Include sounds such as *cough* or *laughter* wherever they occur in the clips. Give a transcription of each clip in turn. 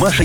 Маша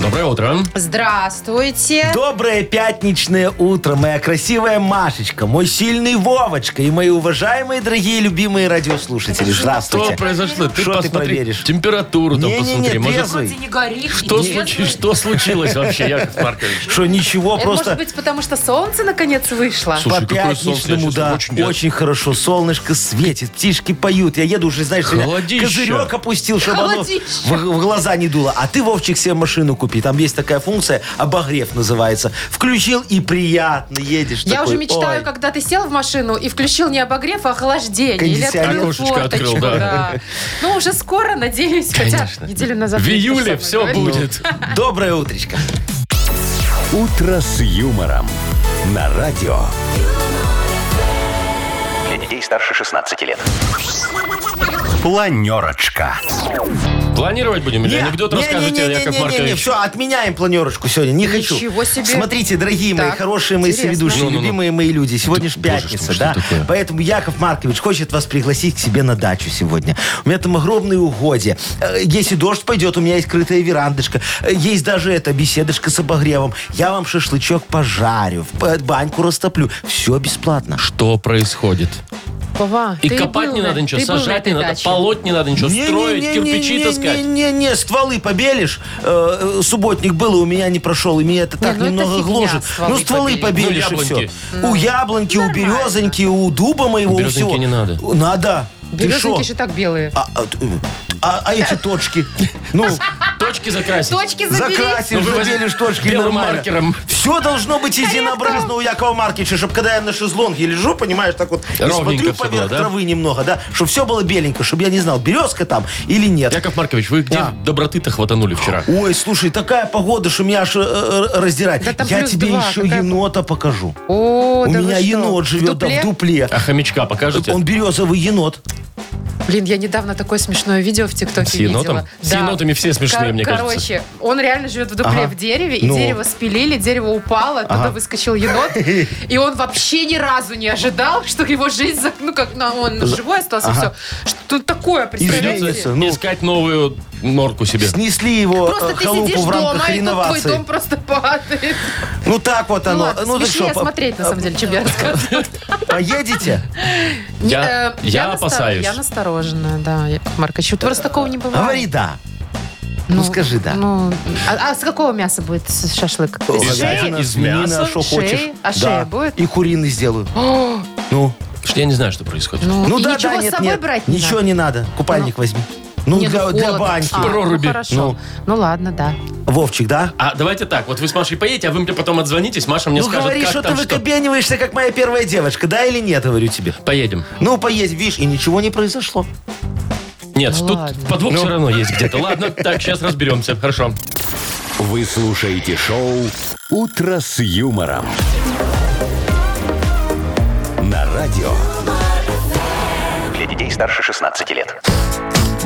Доброе утро. Здравствуйте. Доброе пятничное утро, моя красивая Машечка, мой сильный Вовочка и мои уважаемые, дорогие, любимые радиослушатели. Что Здравствуйте. произошло? Ты Что ты посмотри проверишь? температуру там Не-не-не, посмотри. Может, трезвый. Ты не горишь. что, нет. случи- что случилось вообще, Яков Маркович? Что ничего, Это просто может быть потому, что солнце наконец вышло. Слушай, по какое солнце, я пятничному, щас да, очень очень, бед- хорошо, солнышко светит, птички поют. Я еду уже, знаешь, сегодня Холодище. козырек опустил, чтобы оно Холодище. в, в глаза не дуло. А ты, Вовчик, себе машину купи. Там есть такая функция, обогрев называется. Включил и приятно едешь. Я такой, уже мечтаю, ой. когда ты сел в машину и включил не обогрев, а охлаждение. Или Кондиционер. открыл Окошечко открыл, форточку, да. Ну, уже скоро, надеюсь. Конечно. Хотя неделю назад... В я это июле самое все говорила. будет. Доброе утречко. «Утро с юмором» на радио. Для детей старше 16 лет. Планерочка. Планировать будем или анекдот расскажете, Яков Маркович? все, отменяем планерочку сегодня, не хочу. Ничего себе. Смотрите, дорогие мои, Так, хорошие мои интересно. соведущие, Ну-ну-ну. любимые мои люди, сегодня же боже ж пятница, мой, что да? такое? Поэтому Яков Маркович хочет вас пригласить к себе на дачу сегодня. У меня там огромные угодья. Э, Если дождь пойдет, у меня есть крытая верандочка, Э, есть даже эта беседочка с обогревом. Я вам шашлычок пожарю, в- э, баньку растоплю. Все бесплатно. Что происходит? Вова, И ты копать был не на- надо ничего, ты был на сажать этой не надо, даче? полоть не надо ничего, Не-не-не-не-не-не-не-не-не, строить, кирпичи таскать. Не-не, стволы побелишь. Э, э, Субботник был, и у меня не прошел, и меня это так ну это немного фигня, гложет. стволы Ну, стволы побелить. побелишь, Ну, и все. яблоньки. У яблоньки, у березоньки, у дуба моего, у Березоньки всего. не надо. Надо. Ты шо? Березоньки же так белые. А, а, э, а- а эти точки? Ну, Точки закрасить. Точки *laughs* забери. закрасишь, Ну, вы забелишь точки белым нормально. маркером. Все должно быть единообразно у Якова Маркича, чтобы когда я на шезлонге лежу, понимаешь, так вот, и Ровненько смотрю всё поверх было, да? травы немного, да, чтобы все было беленько, чтобы я не знал, березка там или нет. Яков Маркович, вы где Да. доброты-то хватанули вчера? Ой, слушай, такая погода, что меня аж э, э, раздирает. Да там Я плюс тебе два, еще какая енота покажу. О, У да вы меня что? енот В живет да, дупле? в дупле. А хомячка покажете? Он березовый енот. Блин, я недавно такое смешное видео в ТикТоке С енотом? видела. С енотами все смешные, мне короче, кажется. Короче, он реально живет в дупле Ага. в дереве, и Ну. дерево спилили, дерево упало, оттуда выскочил енот, и он вообще ни разу не ожидал, что его жизнь, за- ну как, ну, он живой остался, все. Что такое, Извините. представляете? ну. Искать новую норку себе. Снесли его Просто э, ты халупу сидишь в рамках дома, и тут твой реновации. дом просто падает. Ну так вот Ну оно. ладно, так смешнее что, по- смотреть, на самом деле, чем я рассказываю. *laughs* Поедете? Я- Э, я настор- опасаюсь. Я насторожена, да, Яков Маркович. Вот Просто такого не бывает. Говори да. Ну, скажи да. Ну, а, а с какого мяса будет с- шашлык? Из Из шеи? мяса. Говядина, свинина, мяса? что Шеи? хочешь. А Да. шея будет? И куриный сделаю. *gasps* Ну, Я не знаю, что происходит. ну и да, ничего да, с нет, собой нет. брать не Ничего надо? не надо. Купальник возьми. Ну, Не, для, ну, для холодно. баньки. А, Проруби. Ну, хорошо. Ну. Ну. ладно, да. Вовчик, да? А давайте так, вот вы с Машей поедете, а вы мне потом отзвонитесь, Маша мне ну, скажет, говори, как что ты там, что. выкобениваешься, как моя первая девочка, да или нет, говорю тебе. Поедем. Ну, поедь, видишь, и ничего не произошло. Нет, Ну тут ладно. подвох все равно есть где-то. Ладно, так, сейчас разберемся. Хорошо. Вы слушаете шоу «Утро с юмором». На радио. Для детей старше 16 лет.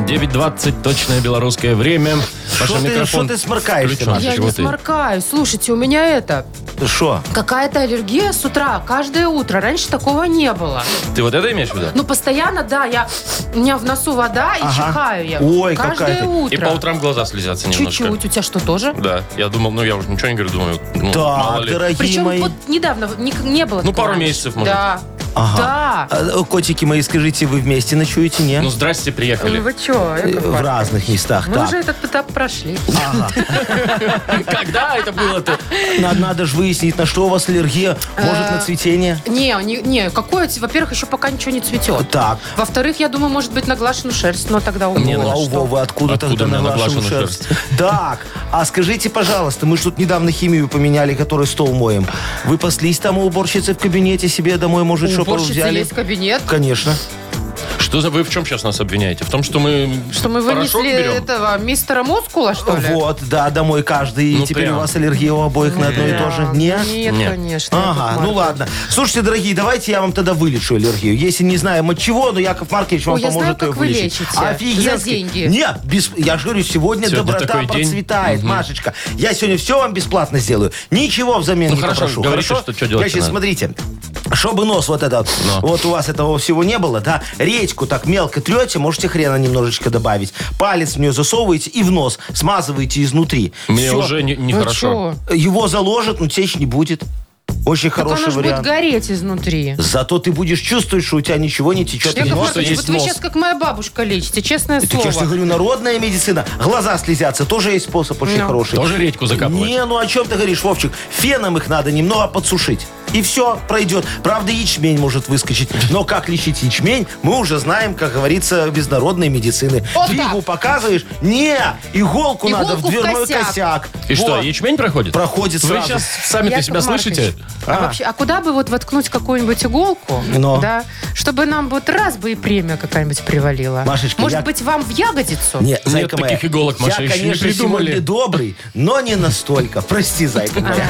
9.20, точное белорусское время. Маша, Что ты- микрофон что ты сморкаешься, включен. Маша? Я Чего не ты? сморкаюсь. Слушайте, у меня это, Что? какая-то аллергия с утра, каждое утро. Раньше такого не было. Ты вот это имеешь в виду? Ну, постоянно, да, я, у меня в носу вода, и чихаю я. Ой, какая Каждое ты. утро. И по утрам глаза слезятся немножко. Чуть-чуть. У тебя что, тоже? Да, я думал, ну я уже ничего не говорю, думаю, ну, мало Так, ли. дорогие Причем мои. вот недавно не, не было. Ну, такого пару раньше. месяцев, может. Да. Ага. Да. А, э, Котики мои, скажите, вы вместе ночуете, не? Ну, здрасте, Ну, приехали. вы что, Э, в разных местах, Мы так. уже этот этап прошли. *laughs* Когда это было-то? Надо, надо же выяснить, на что у вас аллергия. Может, на цветение? Не, не, не, какое, ц- во-первых, еще пока ничего не цветет. Так. Во-вторых, я думаю, может быть, наглашенную шерсть, но тогда у Не, меня Ну, а у Вовы откуда, Откуда у тогда меня наглаженную наглаженная шерсть? Так, а скажите, пожалуйста, мы же тут недавно химию поменяли, которой стол моем. Вы паслись там у уборщицы в кабинете себе домой, может, что пару уборщицы взяли? есть кабинет. Конечно. Что за вы в чем сейчас нас обвиняете? В том, что мы Что мы порошок вынесли берем? этого мистера Мускула, что ли? Вот, да, домой каждый. Ну, и теперь прям. у вас аллергия у обоих на одно и то же. Не? Нет, Нет. конечно. Яков Ага, ну Маркович. ладно. Слушайте, дорогие, давайте я вам тогда вылечу аллергию. Если не знаем от чего, но Яков Маркович вам Ой, я знаю, поможет как ее вы вылечить. лечите. Офигенно. За деньги. Нет, без- я же говорю, сегодня, Сегодня доброта такой день. процветает, Машечка. Я сегодня все вам бесплатно сделаю. Ничего взамен Ну не хорошо, попрошу. говорите, что- что делать Я сейчас, надо. смотрите. Чтобы нос вот этот, вот у вас этого всего не было, да, редьку так мелко трете, можете хрена немножечко добавить. Палец в нее засовываете и в нос смазываете изнутри. Мне Всё. уже не- Вы нехорошо. Ну чё? Его заложат, но течь не будет. Очень Так оно хороший же будет вариант. гореть изнутри. Зато ты будешь чувствовать, что у тебя ничего не течет. Яков нос, а Маркович, есть вот вы нос. сейчас как моя бабушка лечите, честное Так я же тебе слово. говорю, народная медицина. Глаза слезятся, тоже есть способ очень Ну. хороший. Тоже редьку закапывать? Не, ну о чем ты говоришь, Вовчик? Феном их надо немного подсушить. И все, пройдет. Правда, ячмень может выскочить. Но как лечить ячмень, мы уже знаем, как говорится, без народной медицины. Вот так. Фигу показываешь? Не, иголку, надо в Иголку в дверной косяк. косяк. И что, Вот. ячмень проходит? Проходит Вы сразу. сейчас сами-то Яков себя Маркович, слышите? А, вообще, а куда бы вот воткнуть какую-нибудь иголку, Но. да, чтобы нам вот раз бы и премия какая-нибудь привалила? Машечка, Может я- быть, вам в ягодицу? Не, зайка моя, таких иголок, Маша, я, еще не конечно, придумали. сегодня добрый, но не настолько. Прости, зайка моя.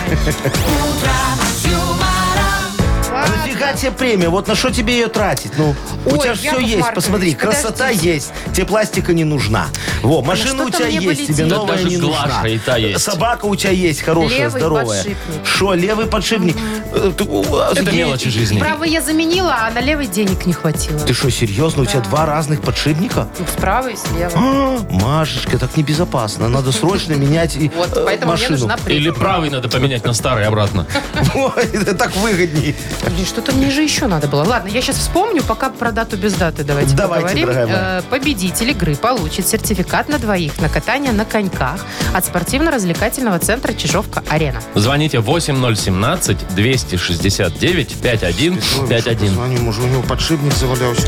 А нафига тебе премия? Вот на что тебе ее тратить? Ну, у Ой, тебя же все Яков есть, Маркович, посмотри, красота подождите. есть, тебе пластика не нужна. Во, машина что у там тебя мне есть, полетит? тебе Да новая даже не Глаша нужна. и та есть. Собака у тебя есть, хорошая, Левый здоровая. подшипник. Что, левый подшипник? Э, ты, у, а, Это ты- мелочи жизни. Правый я заменила, а на левый денег не хватило. Ты что, серьезно? У тебя два разных подшипника? Ну, Справа и слева. А, Машечка, так небезопасно. Надо срочно менять и, Вот, э, поэтому мне машину. нужна премия. Или правый надо поменять на старый обратно? *laughs* Ой, это так выгоднее. Блин, что-то мне же еще надо было. Ладно, я сейчас вспомню, пока про дату без даты давайте, Давайте, поговорим. дорогая моя. Э, Победитель игры получит сертификат на двоих на катание на коньках от спортивно-развлекательного центра Чижовка-Арена. Звоните 8017-269-5151. Позвоним, уже у него подшипник завалялся.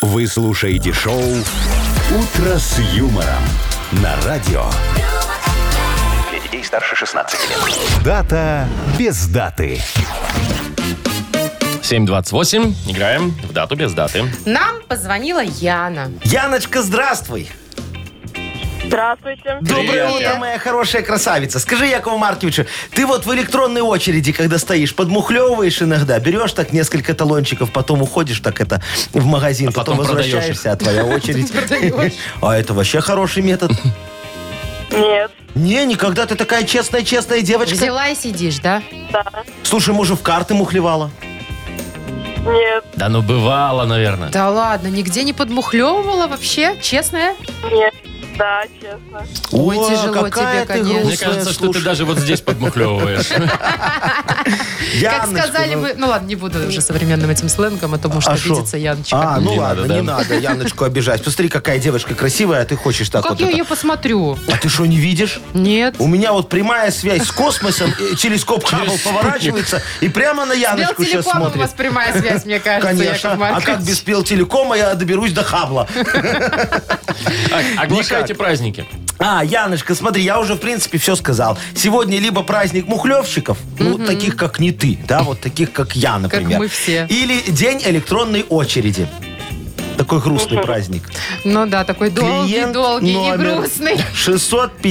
Вы слушаете шоу «Утро с юмором» на радио. Для детей старше 16 лет. Дата без даты. 728. Играем в дату без даты. Нам позвонила Яна. Яночка, здравствуй. Здравствуйте. Доброе Привет. утро, моя хорошая красавица. Скажи, Якову Марковичу, ты вот в электронной очереди, когда стоишь, подмухлевываешь иногда, берешь так несколько талончиков, потом уходишь так это в магазин, потом, А потом продаешь их. возвращаешься, а *laughs* твоя очередь. *laughs* А это вообще хороший метод. Нет, Не, никогда ты такая честная-честная девочка. Взяла и сидишь, да? да, Слушай, может, в карты мухлевала? нет, Да ну бывало, наверное. Да ладно, нигде не подмухлевывала вообще, честная? нет, да, честно. Ой, О, тяжело какая тебе, ты конечно. Мне грустная, кажется, что ты ну слушай. даже вот здесь *laughs* подмухлевываешь. Как Яночка, сказали ну- вы... Ну ладно, не буду уже современным этим сленгом, а то может А шо? обидеться Яночка. А, ну Не ладно, надо, не да. надо Яночку обижать. Посмотри, какая девочка красивая, а ты хочешь так Ну, Как вот я это. ее посмотрю? А ты что, не видишь? Нет. У меня вот прямая связь с космосом, э, телескоп Хаббл поворачивается и прямо на С Яночку сейчас телекомом у смотрит. вас прямая связь, мне кажется, Конечно. Яков А Маркович. как без телекома я доберусь до Хабла? А- Оглашайте праздники. А, Яночка, смотри, я уже, в принципе, все сказал. Сегодня либо праздник мухлевщиков, ну, таких, как не ты, да, вот таких, как я, например. мы все. Или день электронной очереди. Такой грустный праздник. Ну да, такой долгий-долгий и *laughs* грустный.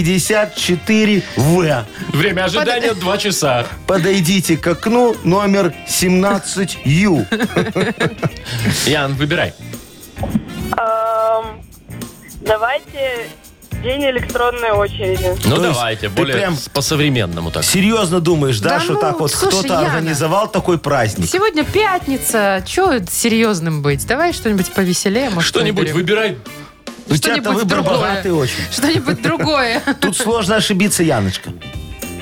654 В. Время ожидания 2 часа. Подойдите к окну номер 17 Ю. Ян, выбирай. Эм, давайте день электронной очереди. Ну То есть давайте, ты более прям- с- по-современному так. Серьезно думаешь, да, Да что ну, так вот слушай, кто-то Яна. организовал такой праздник? Сегодня пятница, что серьезным быть? Давай что-нибудь повеселее, может, Что-нибудь выберем. выбирай. У тебя-то что-нибудь выбор другое. богатый очень. *laughs* Что-нибудь другое. Тут сложно ошибиться, Яночка.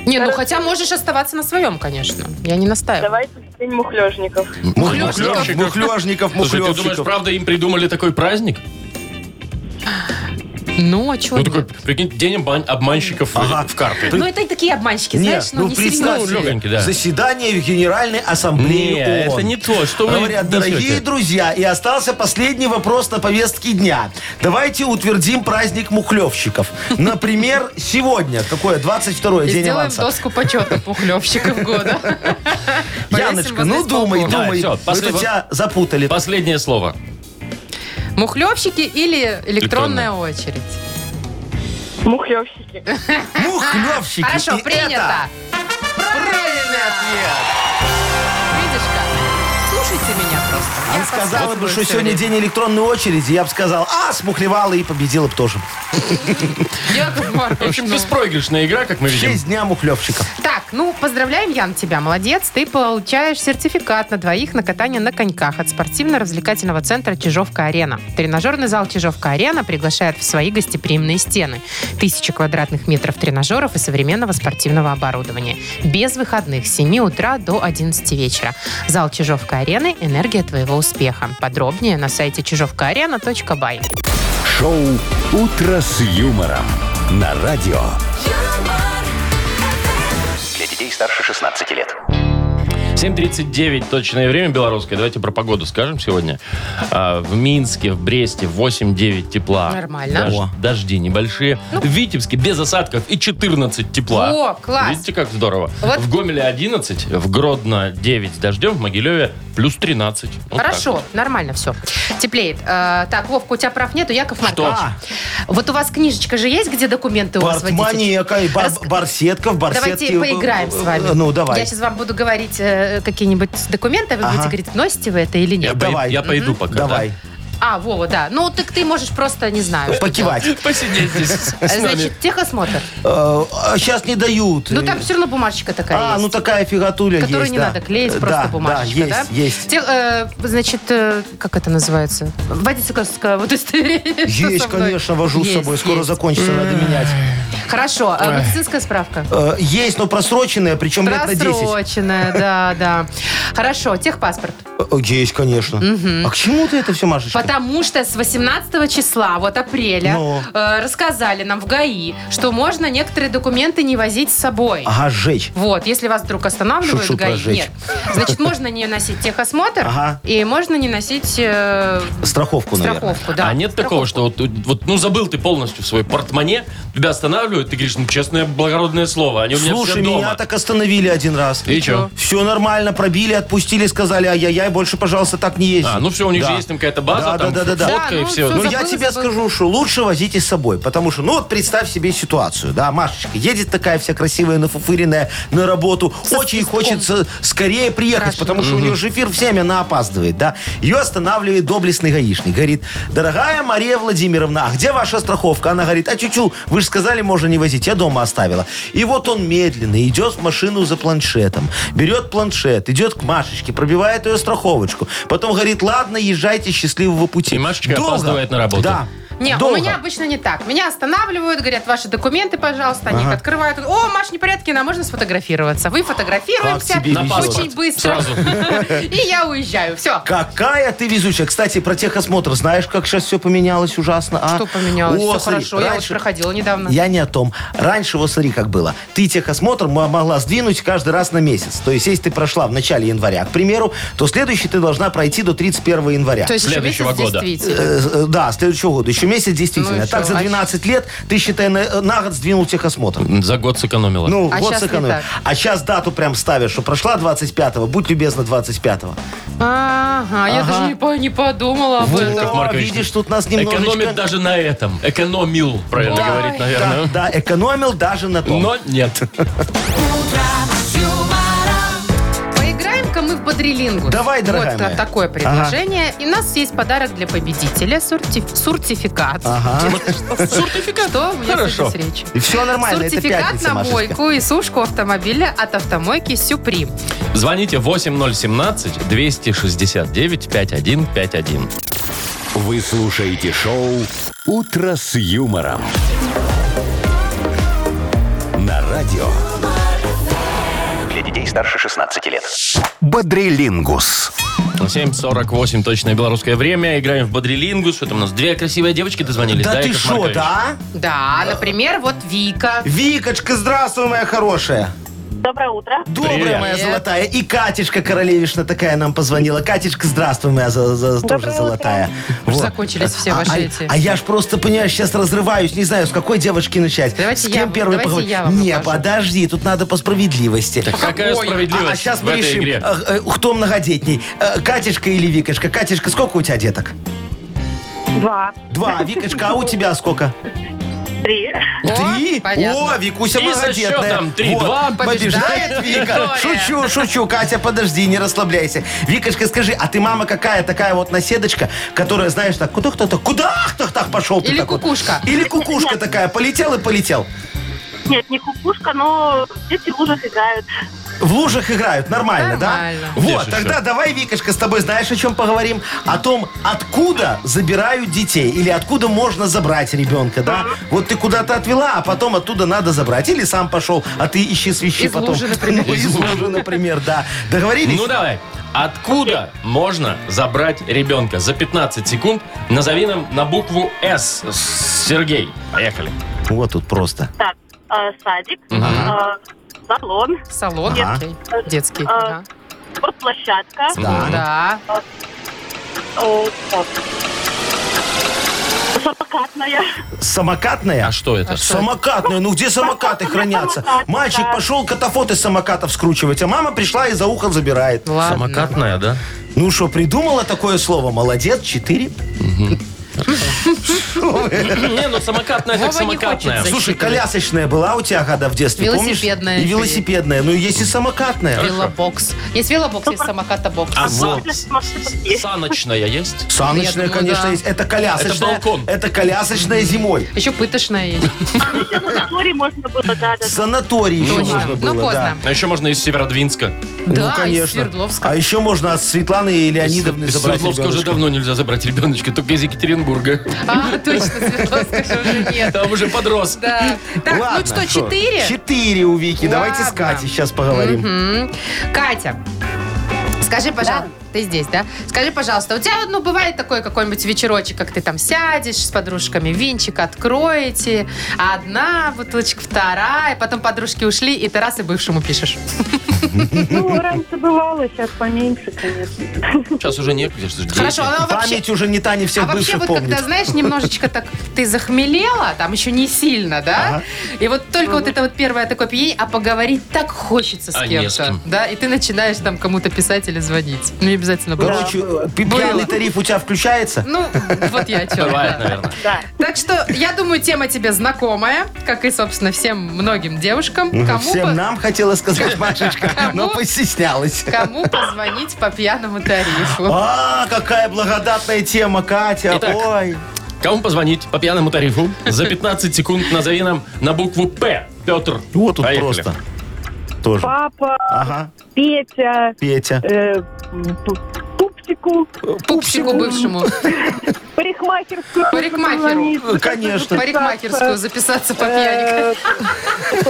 Не, ну хотя можешь оставаться на своем, конечно. Я не настаиваю. Давайте день мухлежников. Мухлёжников. Мухлежников, Слушай, ты думаешь, мухлежников. правда им придумали такой праздник? Ну, а чего Ну нет? такой, прикинь, день обман- обманщиков Ага. э, в карты. Ну, это и такие обманщики, знаешь, ну, не представь Ну, серьезные. себе, легонький, да. заседание в Генеральной Ассамблее Не, ООН. это не то, что вы Говорят, несете. дорогие друзья, и остался последний вопрос на повестке дня. Давайте утвердим праздник мухлевщиков. Например, сегодня, какое 22 И день сделаем аванса. доску почета *laughs* пухлевщиков года. Повесим Яночка, возле ну думай, столба. Да, думай. всё, Мы последний- тут тебя запутали. Последнее слово. Мухлевщики или электронная, Электронная. очередь? Мухлевщики. Мухлевщики. Хорошо, И принято. это правильный ответ. Видишь как? Слушайте меня просто. Он Я сказала бы, подсказываю что всё сегодня время. день электронной очереди, я бы сказал, а, смухлевала и победила бы тоже. Яков *laughs* В Маркович, общем, ну. беспроигрышная игра, как мы видим. Шесть дня мухлевщика. Так, ну, поздравляем, Ян, тебя. Молодец. Ты получаешь сертификат на двоих на катание на коньках от спортивно-развлекательного центра «Чижовка-арена». Тренажерный зал «Чижовка-арена» приглашает в свои гостеприимные стены. Тысяча квадратных метров тренажеров и современного спортивного оборудования. Без выходных с 7 утра до 11 вечера. Зал «Чижовка-арены» – энергия твоего успеха. Подробнее на сайте чижовкаарена.бай. Шоу «Утро с юмором» на радио. юмор, Для детей старше 16 лет. 7.39 точное время белорусское. Давайте про погоду скажем сегодня. А, в Минске, в Бресте 8-9 тепла. Нормально. Ну. Дож- О. дожди небольшие. В Витебске без осадков и 14 тепла. О, класс. Видите, как здорово. Вот. В Гомеле 11, в Гродно 9 с дождем, в Могилеве плюс 13. Вот Хорошо, так нормально все. Теплеет. Э, так, Вовка, у тебя прав нету, Яков Маркович. А. Вот у вас книжечка же есть, где документы у вас водитель? Бортманьяка и бар- Рас- барсетков, барсетки. Давайте поиграем с вами. Ну, давай. Я сейчас вам буду говорить э, какие-нибудь документы, а вы Ага. будете говорить, носите вы это или Я, нет. пой- Давай. я пойду пока. да. Давай. А, Вова, да. Ну, так ты можешь просто, не знаю. что Покивать. Э, Посидеть здесь с делать. Э, нами. Значит, техосмотр. Сейчас а не дают. Ну, там все равно бумажечка такая А, есть. ну такая фигатуля есть, Которую не да. надо клеить, Э, просто да, бумажечка, да? да? есть, есть. Те- э, значит, э, как это называется? Водительское удостоверение. *laughs* что Есть, со мной? конечно, вожу с Есть, собой. Скоро есть. М-м. закончится, надо менять. Хорошо, а медицинская справка. Э, Есть, но просроченная, причем Ну, лет на 10. *laughs* Просроченная, да, да. Хорошо, техпаспорт. Э, Есть, конечно. А к чему ты это все, Машечка? Потому что с 18 числа, вот апреля, Ну. э, рассказали нам в ГАИ, что можно некоторые документы не возить с собой. Ага, сжечь. Вот, если вас вдруг останавливают, Шучу, ГАИ, прожечь. нет. Значит, можно не носить техосмотр, Ага. и можно не носить э, Страховку, наверное. страховку. Да. а нет такого, что вот, вот, ну, забыл ты полностью в свой портмоне, тебя останавливают, ты говоришь, ну, честное, благородное слово, они у меня Слушай, все дома. меня так остановили один раз. И чё? Все нормально, пробили, отпустили, сказали, ай-яй-яй, больше, пожалуйста, так не езди. А, ну все, у них Да. же есть там какая-то база, Да, там да, да, да, да. фотка Да, и ну, все. всё Ну, я забыла, тебе забыла. скажу, что лучше возите с собой, потому что, ну, вот представь себе ситуацию, да, Машечка едет такая вся красивая, нафуфыренная на работу, очень хочется скорее приехать, Страшно. потому что у нее же эфир в 7, она опаздывает, да. Ее останавливает доблестный гаишник, говорит, дорогая Мария Владимировна, а где ваша страховка? Она говорит, а чучу, вы же сказали, можно не возить, я дома оставила. И вот он медленно идет в машину за планшетом, берет планшет, идет к Машечке, пробивает ее страховочку, потом говорит, ладно, езжайте счастливого пути. И Машечка опаздывает на работу. Да. Нет, Долго. у меня обычно не так. Меня останавливают, говорят, ваши документы, пожалуйста. Они их открывают. О, Маш, непорядки, нам можно сфотографироваться. Вы фотографируемся Как тебе На везет. очень паспорт. быстро. Сразу. *laughs* И я уезжаю. Все. Какая ты везучая. Кстати, про техосмотр знаешь, как сейчас все поменялось ужасно? А? Что поменялось? О, Все смотри, хорошо. Я вот раньше- проходила недавно. Я не о том. Раньше, вот смотри, как было. Ты техосмотр м- могла сдвинуть каждый раз на месяц. То есть, если ты прошла в начале января, к примеру, то следующий ты должна пройти до 31 января. То есть еще Следующего месяц года. действительно. Э, э, Да, следующего года. Еще месяц действительно. Ну и так что? за А 12 лет ты, считай, на, на год сдвинул техосмотр. За год сэкономила. Ну, А вот щас не сэкономил. так. А сейчас дату прям ставишь, что прошла 25-го, будь любезна, 25-го. Ага, я даже не, по- не подумала об этом. Яков Во, Маркович, видишь, тут нас немножечко... а Экономит даже на этом. Экономил, правильно Да. говорить, Да, наверное. да, экономил даже на том. Но нет. Поиграем-ка мы в бодрилингу. Давай, дорогая Вот моя. а, такое предложение. И у нас есть подарок для победителя. суртиф- Суртификат. Суртификат? Что у меня Хорошо. сегодня с речью? И все нормально, это Сертификат пятница, на Машечка. мойку и сушку автомобиля от автомойки Сюприм. Звоните 8017-269-5151. Вы слушаете шоу «Утро с юмором» на радио. Для детей старше 16 лет. Бодрилингус. 7.48 точное белорусское время. Играем в Бодрилингус. Что там у нас? Две красивые девочки дозвонились, да, Да ты Яков шо, Маркович? да? Да, например, вот Вика. Викочка, здравствуй, моя хорошая. Доброе утро. Добрая Привет. моя золотая. И Катечка Королевишна такая нам позвонила. Катечка, здравствуй, моя за- за- тоже утро. золотая. Уж Вот. Закончились все А- ваши а, эти. а я ж просто, понимаешь, сейчас разрываюсь, не знаю, с какой девочки начать. Давайте с я кем вам- первой давайте поговорить? я вам Не, покажу. подожди, тут надо по справедливости. Так какая справедливость а сейчас в мы этой решим, игре? э, э, кто многодетней, э, Катечка или Викочка. Катечка, сколько у тебя деток? Два. Два. Викочка, а у тебя сколько? Три. О, Три? понятно. О, Викуся И со многодетная. счетом 3:2 побеждает побеждает Вика. Виктория. Шучу, шучу. Катя, подожди, не расслабляйся. Викочка, скажи, а ты мама какая такая вот наседочка, которая, знаешь, так, куда кто-то, куда кто так пошел? ты Или так вот? кукушка. Или кукушка такая, полетел и полетел. Нет, не кукушка, но дети в лужах играют. В лужах играют, нормально, Нормально. да? Где Вот, же тогда еще? давай, Викочка, с тобой знаешь, о чем поговорим? О том, откуда забирают детей или откуда можно забрать ребенка, да? Вот ты куда-то отвела, а потом оттуда надо забрать. Или сам пошел, а ты ищи свищи Из потом. лужи, например. Ну, из лужи, например, да. Договорились? Ну давай. Откуда можно забрать ребенка? За 15 секунд назови нам на букву С. Сергей, поехали. Вот тут просто. Так, э, садик, э, салон, Салон Ага. окей. детский. А. Да. спортплощадка. Мгм. Да. Э, так. Самокатная. Самокатная? А что это? Самокатная. Ну где самокаты хранятся? Самокат, Мальчик да. пошел катафот из самокатов скручивать, а мама пришла и за ухо забирает. Ладно. Самокатная, да? Ну что, придумала такое слово? Молодец, четыре. Не, ну самокатная так Вова не самокатная. хочет за- Слушай, Засчитывай. колясочная была у тебя, когда в детстве, Велосипедная помнишь? И еще велосипедная. Ну, есть и самокатная. Велобокс. Есть велобокс, есть самоката-бокс. А *laughs* Вот. сан- саночная есть? Саночная, Я думаю, конечно, да. есть. Это колясочная. Это балкон. Это колясочная зимой. Еще пыточная есть. Санаторий можно было, да, да. Санаторий еще Точно. можно было, Ну, поздно. А еще можно из Северодвинска. да. Да, ну, из конечно. Свердловска. а еще можно от Светланы и Леонидовны из забрать Свердловска уже ребеночка. давно нельзя забрать ребеночка, только из Екатеринбурга. А, точно, Свердловска же уже нет. Там уже подрос. Да. Так, Ладно, ну что, четыре? Четыре у Вики. Давайте с Ладно. Катей сейчас поговорим. Мгм. Ну, Катя, скажи, пожалуйста, ты здесь, да? Скажи, пожалуйста, у тебя, ну, бывает такой какой-нибудь вечерочек, как ты там сядешь с подружками, винчик откроете, одна бутылочка, вторая, потом подружки ушли, и ты раз и бывшему пишешь. Ну, раньше бывало, сейчас поменьше, конечно. Сейчас уже негде. ж дети. Хорошо, а вообще... Память уже не та, не всех а вообще, бывших вот помнит. когда, знаешь, немножечко так ты захмелела, там еще не сильно, да? Ага. И вот только вот это вот первое такое пьянь, а поговорить так хочется с Ну. А кем-то. не с кем. Да, и ты начинаешь там кому-то писать или звонить. Ну, не обязательно бывшему. Короче, э, пи- пьяный тариф у тебя включается? Ну, вот я о чем. Бывает, да. наверное. Так что, я думаю, тема тебе знакомая, как и, собственно, всем многим девушкам. Кому, Всем по- нам *laughs* хотела сказать Машечка, но а Кому? постеснялась. кому позвонить по пьяному тарифу? А, какая благодатная тема, Катя. Итак. Ой. Кому позвонить по пьяному тарифу? За 15 секунд назови нам на букву П. Петр. Вот тут Поехали. просто. Тоже. Папа, Ага, Петя, Петя. э, пупсику, Пупсику бывшему. парикмахерскую. Парикмахеру. позвонить, Э, конечно. Парикмахерскую записаться по пьянику.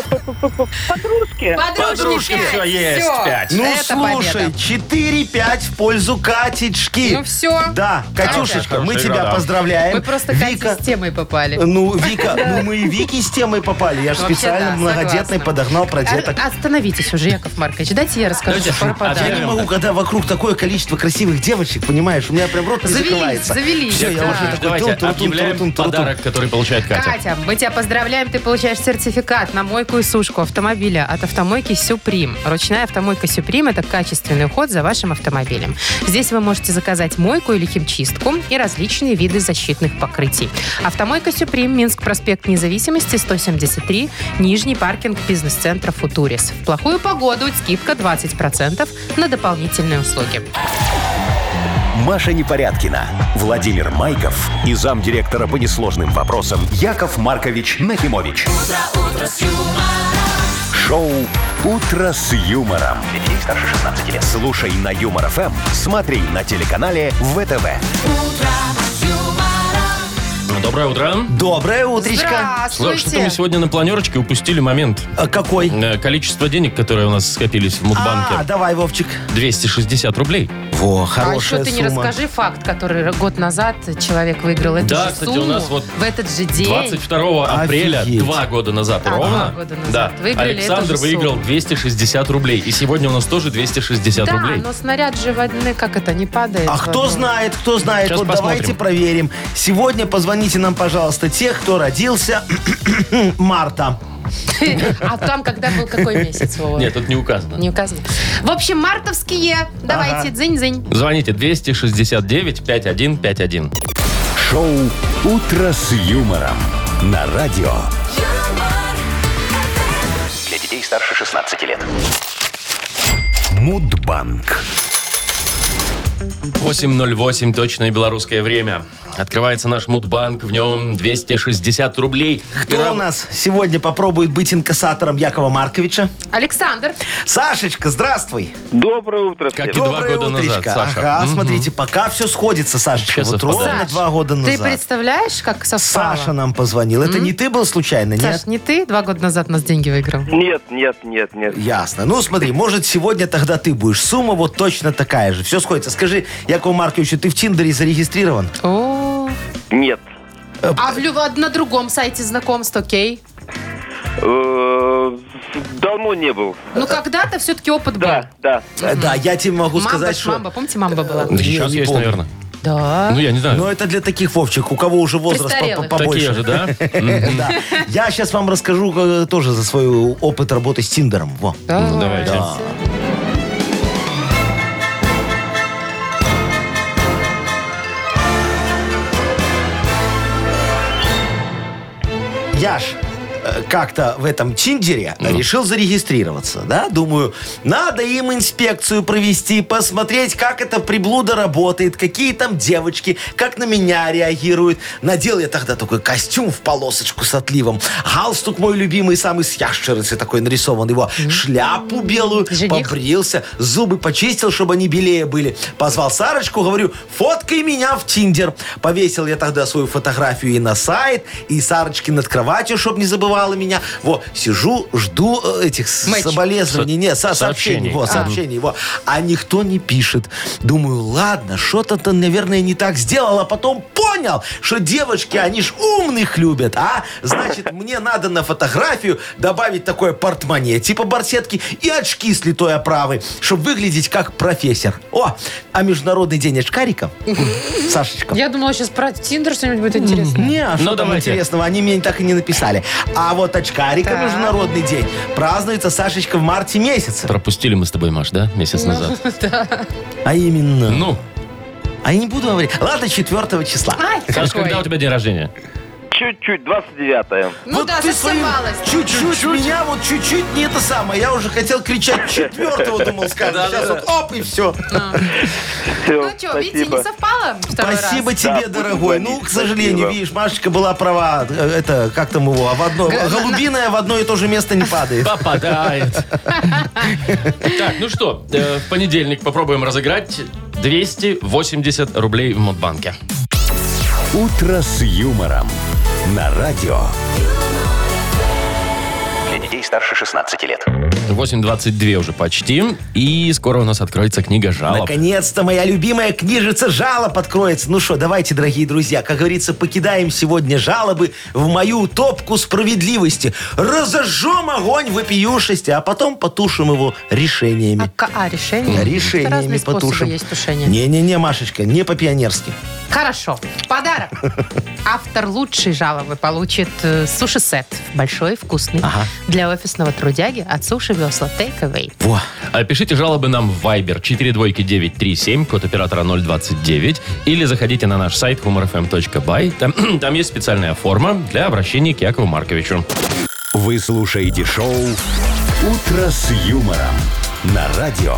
э, Подружки. Подружки, пять, всё, есть, пять. Ну, Это слушай, победа. 4-5 в пользу Катечки. Ну, всё. Да, Катюшечка, Хорошая мы игра, тебя да. поздравляем. Мы просто Вика, Катей с темой попали. ну, Вика, ну мы и Вики с темой попали. Я же Вообще, специально да, многодетной согласна. подогнал про деток. А- Остановитесь уже, Яков Маркович. Дайте я расскажу Давайте, про а я Я подарок. не Прям могу, так. когда вокруг такое количество красивых девочек, понимаешь, у меня прям рот не Завелись, закрывается. завелись. Всё, я да. уже такой Давайте тун-тун-тун-тун-тун-тун. объявляем подарок, который получает Катя. Катя, мы тебя поздравляем, ты получаешь сертификат на мойку и сушку автомобиля от автомойки «Сюприм». Ручная автомойка «Сюприм» — это качественный уход за вашим автомобилем. Здесь вы можете заказать мойку или химчистку и различные виды защитных покрытий. Автомойка «Сюприм», Минск, проспект Независимости, 173, Нижний паркинг бизнес-центра «Футурис». В плохую погоду скидка 20% на дополнительные услуги. Маша Непорядкина, Владимир Майков и замдиректора по несложным вопросам Яков Маркович Нахимович. Шоу Утро с юмором. Детей старше 16 лет. Слушай на юмор ФМ, смотри на телеканале ВТВ. Доброе утро. Доброе утречко. Слушай, Здравствуйте! Что-то мы сегодня на планерочке упустили момент. А Какой? Э, Количество денег, которые у нас скопились в А, Мудбанке, давай, Вовчик. 260 рублей. Во, А хорошая еще ты не сумма. расскажи факт, который р- год назад человек выиграл эту Да, же кстати, у сумму нас вот в этот же день. 22 апреля, Офигеть. два года назад А, ровно, два года назад. да, Выиграли Александр эту же выиграл сумму. 260 рублей. И сегодня у нас тоже 260 Да, рублей. но снаряд же водный, как это, не падает. А кто водой. знает, кто знает, Сейчас вот посмотрим. давайте проверим. Сегодня позвоните нам, пожалуйста, тех, кто родился *clears throat* марта. *laughs* А там когда был какой месяц, Вова? Нет, тут не указано. Не указано. В общем, мартовские. Давайте, дзынь-дзынь. Звоните 269-5151. Шоу «Утро с юмором» на радио. юмор, Для детей старше 16 лет. Мудбанк. 8.08, точное белорусское время. Открывается наш мудбанк, в нем 260 рублей. И Кто раб- у нас сегодня попробует быть инкассатором Якова Марковича? Александр, Сашечка, здравствуй. Доброе утро. Как и всем. два Доброе года назад, утречко. Саша. Ага, Мгм. смотрите, пока все сходится, Сашечка. Всё вот совпадает. ровно Саш, два года ты назад. представляешь, как совпало? Саша нам позвонил. Это не ты был случайно, нет? Саш, не ты два года назад у нас деньги выиграл? Нет, нет, нет, нет. Ясно. Ну, смотри, может, сегодня тогда ты будешь. Сумма вот точно такая же. Все сходится. Скажи, Якову Марковичу, ты в Тиндере зарегистрирован? О. Нет. Э, А в лю- на другом сайте знакомств, окей? Э, Давно не был. Ну, когда-то все-таки опыт был. Да, да. Э, Да, я тебе могу Мамба, сказать, ж что... мамба. Помните, мамба была? Да Не, сейчас не есть, помню. наверное. Да. Ну, я Э, не знаю. Но это для таких, Вовчик, у кого уже возраст по- по- Престарелых. побольше. Такие же, да? Мгм. Да. Я сейчас вам расскажу э, тоже за свой опыт работы с Тиндером. Во. А, Ну, давайте. Я ж э, как-то в этом Тиндере э, решил зарегистрироваться, да? Думаю, надо им инспекцию провести, посмотреть, как эта приблуда работает, какие там девочки, как на меня реагируют. Надел я тогда такой костюм в полосочку с отливом, галстук мой любимый, самый с ящерицей такой нарисован его, шляпу белую, Жених? побрился, зубы почистил, чтобы они белее были. Позвал Сарочку, говорю, фоткай меня в Тиндер. Повесил я тогда свою фотографию и на сайт, и Сарочки над кроватью, чтобы не забывала меня. Во, сижу, жду э, этих с- Мэтч. соболезнований. Нет, со- Сообщений. сообщений. Во, сообщений. Во. А никто не пишет. Думаю, ладно, что-то то наверное, не так сделал, а потом понял, что девочки, они ж умных любят, а? Значит, мне надо на фотографию добавить такое портмоне, типа барсетки, и очки с литой оправой, чтобы выглядеть как профессор. О, а Международный день очкариков? Сашечка. Я думала, сейчас про Тиндер что-нибудь будет интересно. Не, а Ну, что там давайте. интересного? Они мне так и не написали. А вот очкарика Так. Международный день празднуется, Сашечка, в марте месяце. Пропустили мы с тобой, Маш, да, Ну, месяц назад? *laughs* А именно... Ну, А я не буду говорить. Ладно, 4 числа. Ай, Саш, какой. когда у тебя день рождения? Чуть-чуть, 29-е. Ну Вот да, ты своим засомневалась. Чуть-чуть меня вот чуть-чуть не это самое. Я уже хотел кричать четвертого, думал, скажешь. Сейчас вот оп, и все. Все, Ну что, видите, не совпало второй Спасибо раз? тебе, будем дорогой. звонить, Ну, к сожалению, спасибо. видишь, Машечка была права. Э, Это, как там его, а в одно... Голубиная в одно и то же место *laughs* не падает. Попадает. Так, ну что, э, в понедельник попробуем разыграть 280 рублей в Модбанке. «Утро с юмором» на радио. Для детей старше 16 лет. 8.22 уже почти. И скоро у нас откроется книга жалоб. Наконец-то моя любимая книжица жалоб откроется. Ну что, давайте, дорогие друзья, как говорится, покидаем сегодня жалобы в мою топку справедливости. Разожжем огонь вопиюшести, а потом потушим его решениями. А, к- а, решение? Решениями Это разные способы потушим. есть тушение. Не-не-не, Машечка, не по-пионерски. Хорошо. Подарок. Автор лучшей жалобы получит э, суши-сет. Большой, вкусный. Для офисного трудяги от суши весла Take Away. Во. А Пишите жалобы нам в Viber 42937, код оператора 029, или заходите на наш сайт humorfm.by. Там, *clears throat* там есть специальная форма для обращения к Якову Марковичу. Вы слушаете шоу «Утро с юмором» на радио.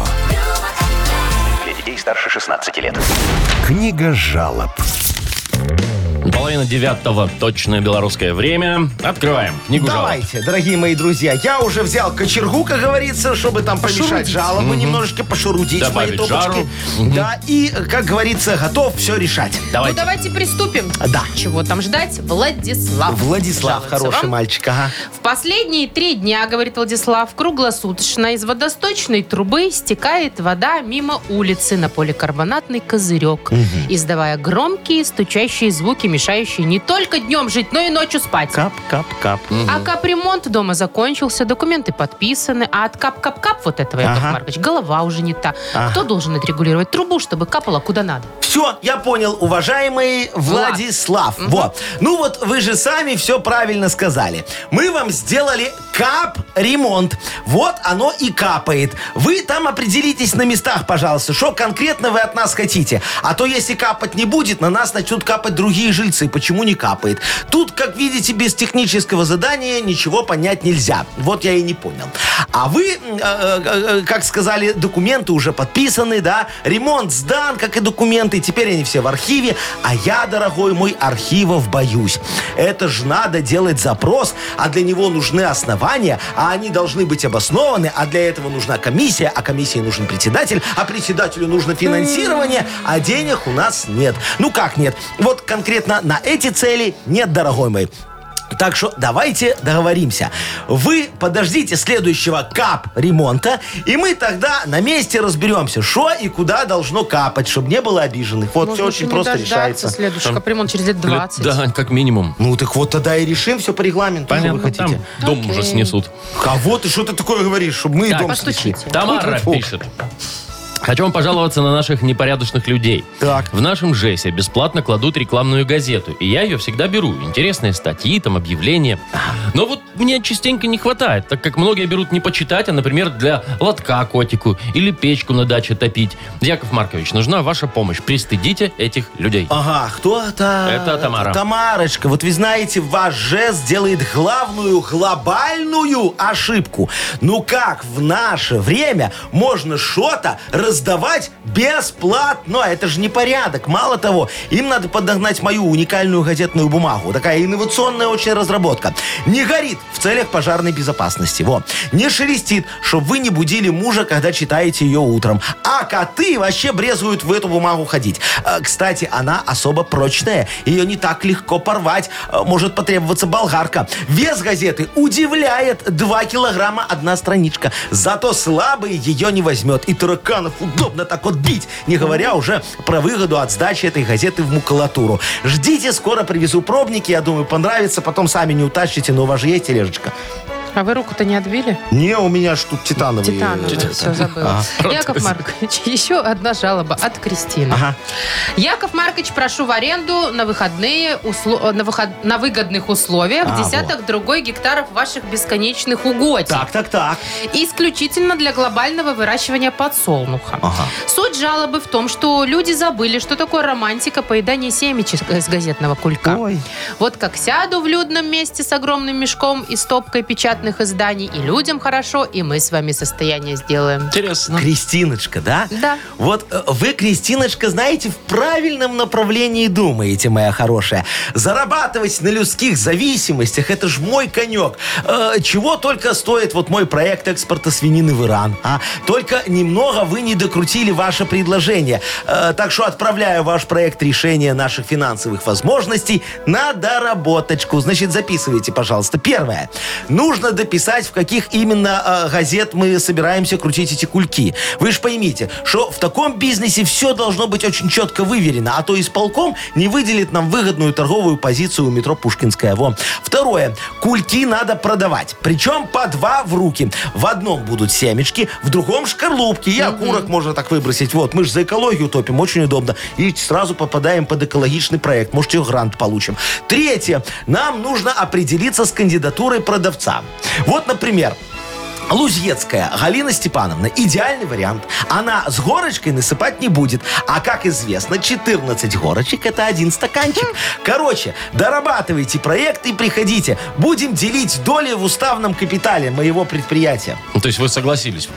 Для детей старше 16 лет. Книга жалоб. Половина девятого, точное белорусское время. Открываем книгу жалоб. Давайте, дорогие мои друзья, я уже взял кочергу, как говорится, чтобы там помешать жалобы, немножечко пошурудить Добавить мои топочки. жару. Мгм. Да, и, как говорится, готов все решать. Ну, Давайте. давайте приступим. А Да. Чего там ждать? А Владислав. Владислав, Жалуется хороший вам. мальчик, ага. В последние три дня, говорит Владислав, круглосуточно из водосточной трубы стекает вода мимо улицы на поликарбонатный козырек, издавая громкие стучащие звуки, мешающие не только днем жить, но и ночью спать. Кап, кап, кап. А капремонт дома закончился, документы подписаны, а от кап-кап-кап вот этого, Яков Ага. Маркович, голова уже не та. Ага. Кто должен отрегулировать трубу, чтобы капала куда надо? Все, я понял, уважаемый Владислав. Вот. Ну вот вы же сами все правильно сказали. Мы вам сделали Кап ремонт. Вот оно и капает. Вы там определитесь на местах, пожалуйста, что конкретно вы от нас хотите. А то если капать не будет, на нас начнут капать другие жильцы. Почему не капает? Тут, как видите, без технического задания ничего понять нельзя. Вот я и не понял. А вы, э, э, э, как сказали, документы уже подписаны, да? Ремонт сдан, как и документы. Теперь они все в архиве. А я, дорогой мой, архивов боюсь. Это же надо делать запрос, а для него нужны основания, а они должны быть обоснованы, а для этого нужна комиссия, а комиссии нужен председатель, а председателю нужно финансирование, а денег у нас нет. Ну как нет? Вот конкретно на эти цели нет, дорогой мой. Так что давайте договоримся. Вы подождите следующего кап ремонта, и мы тогда на месте разберемся, что и куда должно капать, чтобы не было обиженных. Вот все Может, очень не просто дождаться решается. Следующий капремонт через лет 20. Да, как минимум. Ну так вот тогда и решим все по регламенту, что Понятно, вы хотите. там дом уже Окей. снесут. Кого ты что ты такое говоришь, чтобы мы Так, дом постучите. снесли? Тамара Фу-фу-фу. пишет. Хочу вам пожаловаться на наших непорядочных людей. Так. В нашем ЖЭСе бесплатно кладут рекламную газету, и я ее всегда беру. Интересные статьи, там объявления. Но вот мне частенько не хватает, так как многие берут не почитать, а, например, для лотка котику или печку на даче топить. Яков Маркович, нужна ваша помощь. Пристыдите этих людей. Ага, кто это? Это Тамара. Тамарочка, вот вы знаете, ваш жест делает главную глобальную ошибку. Ну как в наше время можно что-то раздавать бесплатно? Это же непорядок. Мало того, им надо подогнать мою уникальную газетную бумагу. Такая инновационная очень разработка. Не горит в целях пожарной безопасности. Во. Не шелестит, чтобы вы не будили мужа, когда читаете ее утром. А коты вообще брезгуют в эту бумагу ходить. Э, Кстати, она особо прочная. Ее не так легко порвать. Э, Может потребоваться болгарка. Вес газеты удивляет. 2 килограмма одна страничка. Зато слабый ее не возьмет. И тараканов удобно так вот бить. Не говоря уже про выгоду от сдачи этой газеты в макулатуру. Ждите, скоро привезу пробники. Я думаю, понравится. Потом сами не утащите, но у вас же есть тележечка. А вы руку-то не отбили? Не, у меня ж тут титановые. Э, Титановая, все забыла. Яков Маркович, *laughs* еще одна жалоба от Кристины. Ага. Яков Маркович, прошу в аренду на выходные усло- на, выход- на выгодных условиях А, десяток другой гектаров ваших бесконечных угодий. Так, так, так. Исключительно для глобального выращивания подсолнуха. Ага. Суть жалобы в том, что люди забыли, что такое романтика поедания семечек из газетного кулька. Ой. Вот как сяду в людном месте с огромным мешком и стопкой печатных изданий, и людям хорошо, и мы с вами состояние сделаем. Интересно. Кристиночка, да? Да. Вот э, вы, Кристиночка, знаете, в правильном направлении думаете, моя хорошая. Зарабатывать на людских зависимостях, это ж мой конек. Э, чего только стоит вот мой проект экспорта свинины в Иран, а? Только немного вы не докрутили ваше предложение. Э, так что отправляю ваш проект решения наших финансовых возможностей на доработочку. Значит, записывайте, пожалуйста. Первое. Нужно дописать, в каких именно э, газет мы собираемся крутить эти кульки. Вы же поймите, что в таком бизнесе все должно быть очень четко выверено, а то исполком не выделит нам выгодную торговую позицию у метро Пушкинская. Во. Второе. Кульки надо продавать. Причем по два в руки. В одном будут семечки, в другом шкарлупки. И окурок можно так выбросить. Вот, мы же за экологию топим, очень удобно. И сразу попадаем под экологичный проект. Может, еще грант получим. Третье. Нам нужно определиться с кандидатурой продавца. Вот, например, Лузьецкая Галина Степановна идеальный вариант. Она с горочкой насыпать не будет. А как известно, 14 горочек это один стаканчик. Короче, дорабатывайте проект и приходите. Будем делить доли в уставном капитале моего предприятия. Ну, То есть вы согласились? В-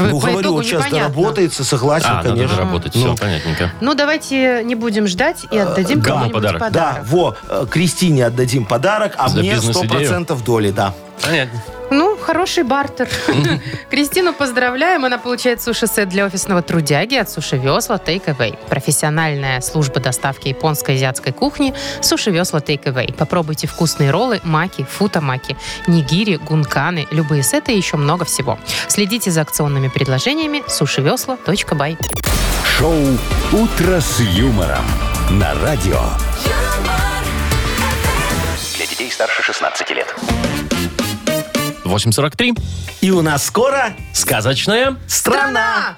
ну, по говорю, итогу вот сейчас непонятно. доработается, согласен, а, надо конечно. доработать. Ну, Все, понятненько. Ну, давайте не будем ждать и отдадим да. кому-нибудь Подарок. подарок. Да, во, э, Кристине отдадим подарок, а За мне бизнес-идею? 100% доли, да. Понятно. Ну, хороший бартер. *laughs* Кристину поздравляем. Она получает суши-сет для офисного трудяги от Суши Весла Take Away. Профессиональная служба доставки японской и азиатской кухни Суши Весла Take Away. Попробуйте вкусные роллы, маки, футамаки, нигири, гунканы, любые сеты и еще много всего. Следите за акционными предложениями сушивесла.бай. Шоу «Утро с юмором» на радио. Для детей старше 16 лет. 8.43. И у нас скоро Сказочная. страна.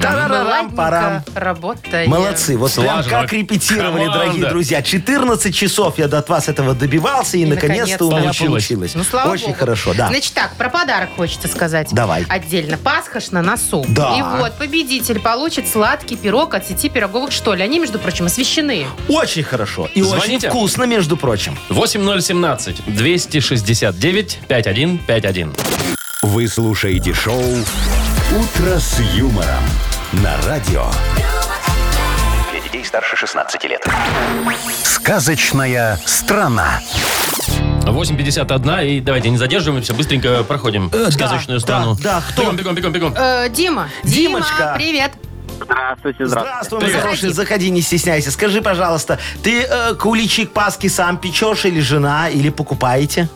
Тарарарам, парам. Ладненько работаем. Молодцы, вот прям Слаженно. как репетировали, Команда. дорогие друзья. 14 часов я от вас этого добивался, и, наконец-то у меня наконец-то. получилось. Ну, слава Очень богу. хорошо, да. Значит так, про подарок хочется сказать. Давай. Отдельно. Пасхаш на носу. Да. И вот победитель получит сладкий пирог от сети пироговых что ли. Они, между прочим, освещены. Очень хорошо. И Звоните. очень вкусно, между прочим. 8017-269-5151. Вы слушаете шоу «Утро с юмором» на радио. Для детей старше 16 лет. Сказочная страна. 8.51, и давайте не задерживаемся, быстренько проходим да, сказочную да, страну. да, кто? Бегом, бегом, бегом, бегом. Э, Дима. Димочка. Дима, привет. Здравствуйте, Здравствуй, мой Привет. хороший, заходи, не стесняйся. Скажи, пожалуйста, ты э, куличик Паски сам печешь или жена, или покупаете?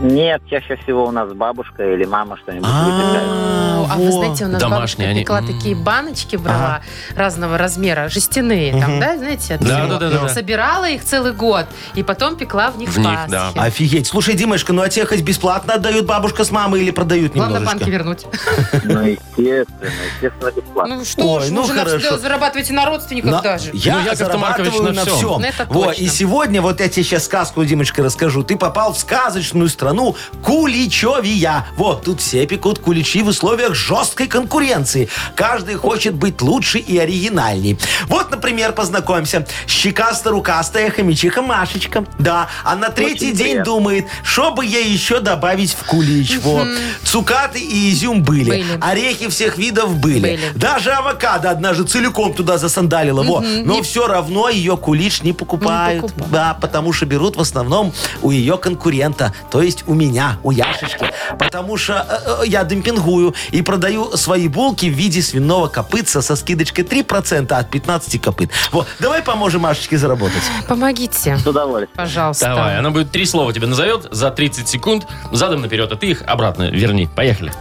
Нет, чаще всего у нас бабушка или мама что-нибудь выпекает. О, а вы во. знаете, у нас Домашние бабушка они. пекла М. такие баночки брала разного размера, жестяные там, да, знаете? от Да, всего. да, да, да, да. Собирала их целый год и потом пекла в них В них, пасхи. да. Офигеть. Слушай, Димочка, ну а тебе хоть бесплатно отдают бабушка с мамой или продают Главное банки немножечко? вернуть. Ну, естественно, естественно, бесплатно. Ну что Ой, ж, ну вы же на- хорошо. зарабатываете на родственниках На- даже. Я Ну, Яков зарабатываю Маркович, на на всём. всем. Ну, это Во, точно. и сегодня, вот я тебе сейчас сказку, Димочка, расскажу. Ты попал в сказочную страну Куличевия. Вот, тут все пекут куличи в условиях жесткой конкуренции. Каждый хочет быть лучше и оригинальней. Вот, например, познакомься. Щекасто-рукастая хомячиха Машечка. Да, а на третий Очень день приятно. думает, что бы ей еще добавить в кулич. Вот. Цукаты и изюм были. Были. Орехи всех видов были. Были. Даже авокадо однажды целиком туда засандалило. Во. Но все равно ее кулич не покупают. Не покупают, Да, потому что берут в основном у ее конкурента. То есть у меня, у Яшечки. Потому что э, э, я демпингую и продаю свои булки в виде свиного копытца со скидочкой 3% от 15 копыт. Вот. Давай поможем Машечке заработать. Помогите, С удовольствием. пожалуйста. Давай, она будет три слова тебе назовет за 30 секунд, задом наперед, а ты их обратно верни. Поехали.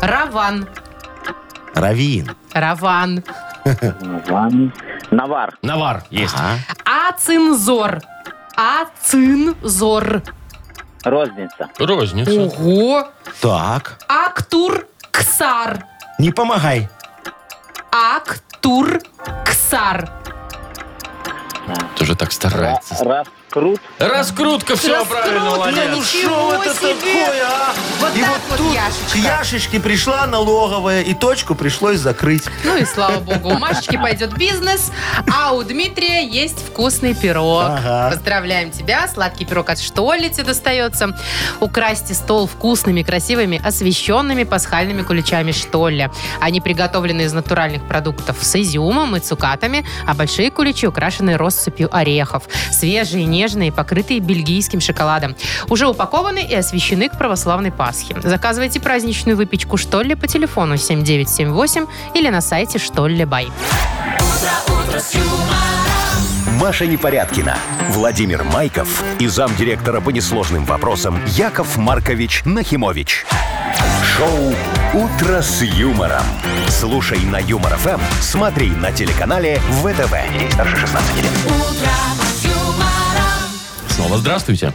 Раван. Равин. Раван. Ван- Навар. Навар есть. Ацинзор. Ацинзор. Розница. Розница. Ого. Так. Актур Ксар. Не помогай. Актур Ксар. Тоже так Ра- старается. А Раскрут. Раскрутка, все Раскрутка, правильно, ну молодец. Ничего это себе! такое, а? Вот и так вот вот тут Яшечка. к Яшечке пришла налоговая, и точку пришлось закрыть. Ну и слава богу, у Машечки пойдет бизнес, а у Дмитрия есть вкусный пирог. Ага. Поздравляем тебя, сладкий пирог от что ли тебе достается. Украсьте стол вкусными, красивыми, освещенными пасхальными куличами что ли. Они приготовлены из натуральных продуктов с изюмом и цукатами, а большие куличи украшены россыпью орехов. Свежие, нежные, покрытые бельгийским шоколадом. Уже упакованы и освещены к православной Пасхе. Заказывайте праздничную выпечку что ли по телефону 7978 или на сайте что ли бай. Маша Непорядкина, Владимир Майков и замдиректора по несложным вопросам Яков Маркович Нахимович. Шоу «Утро с юмором». Слушай на Юмор ФМ, смотри на телеканале ВТВ. Ей старше 16 лет. Снова здравствуйте.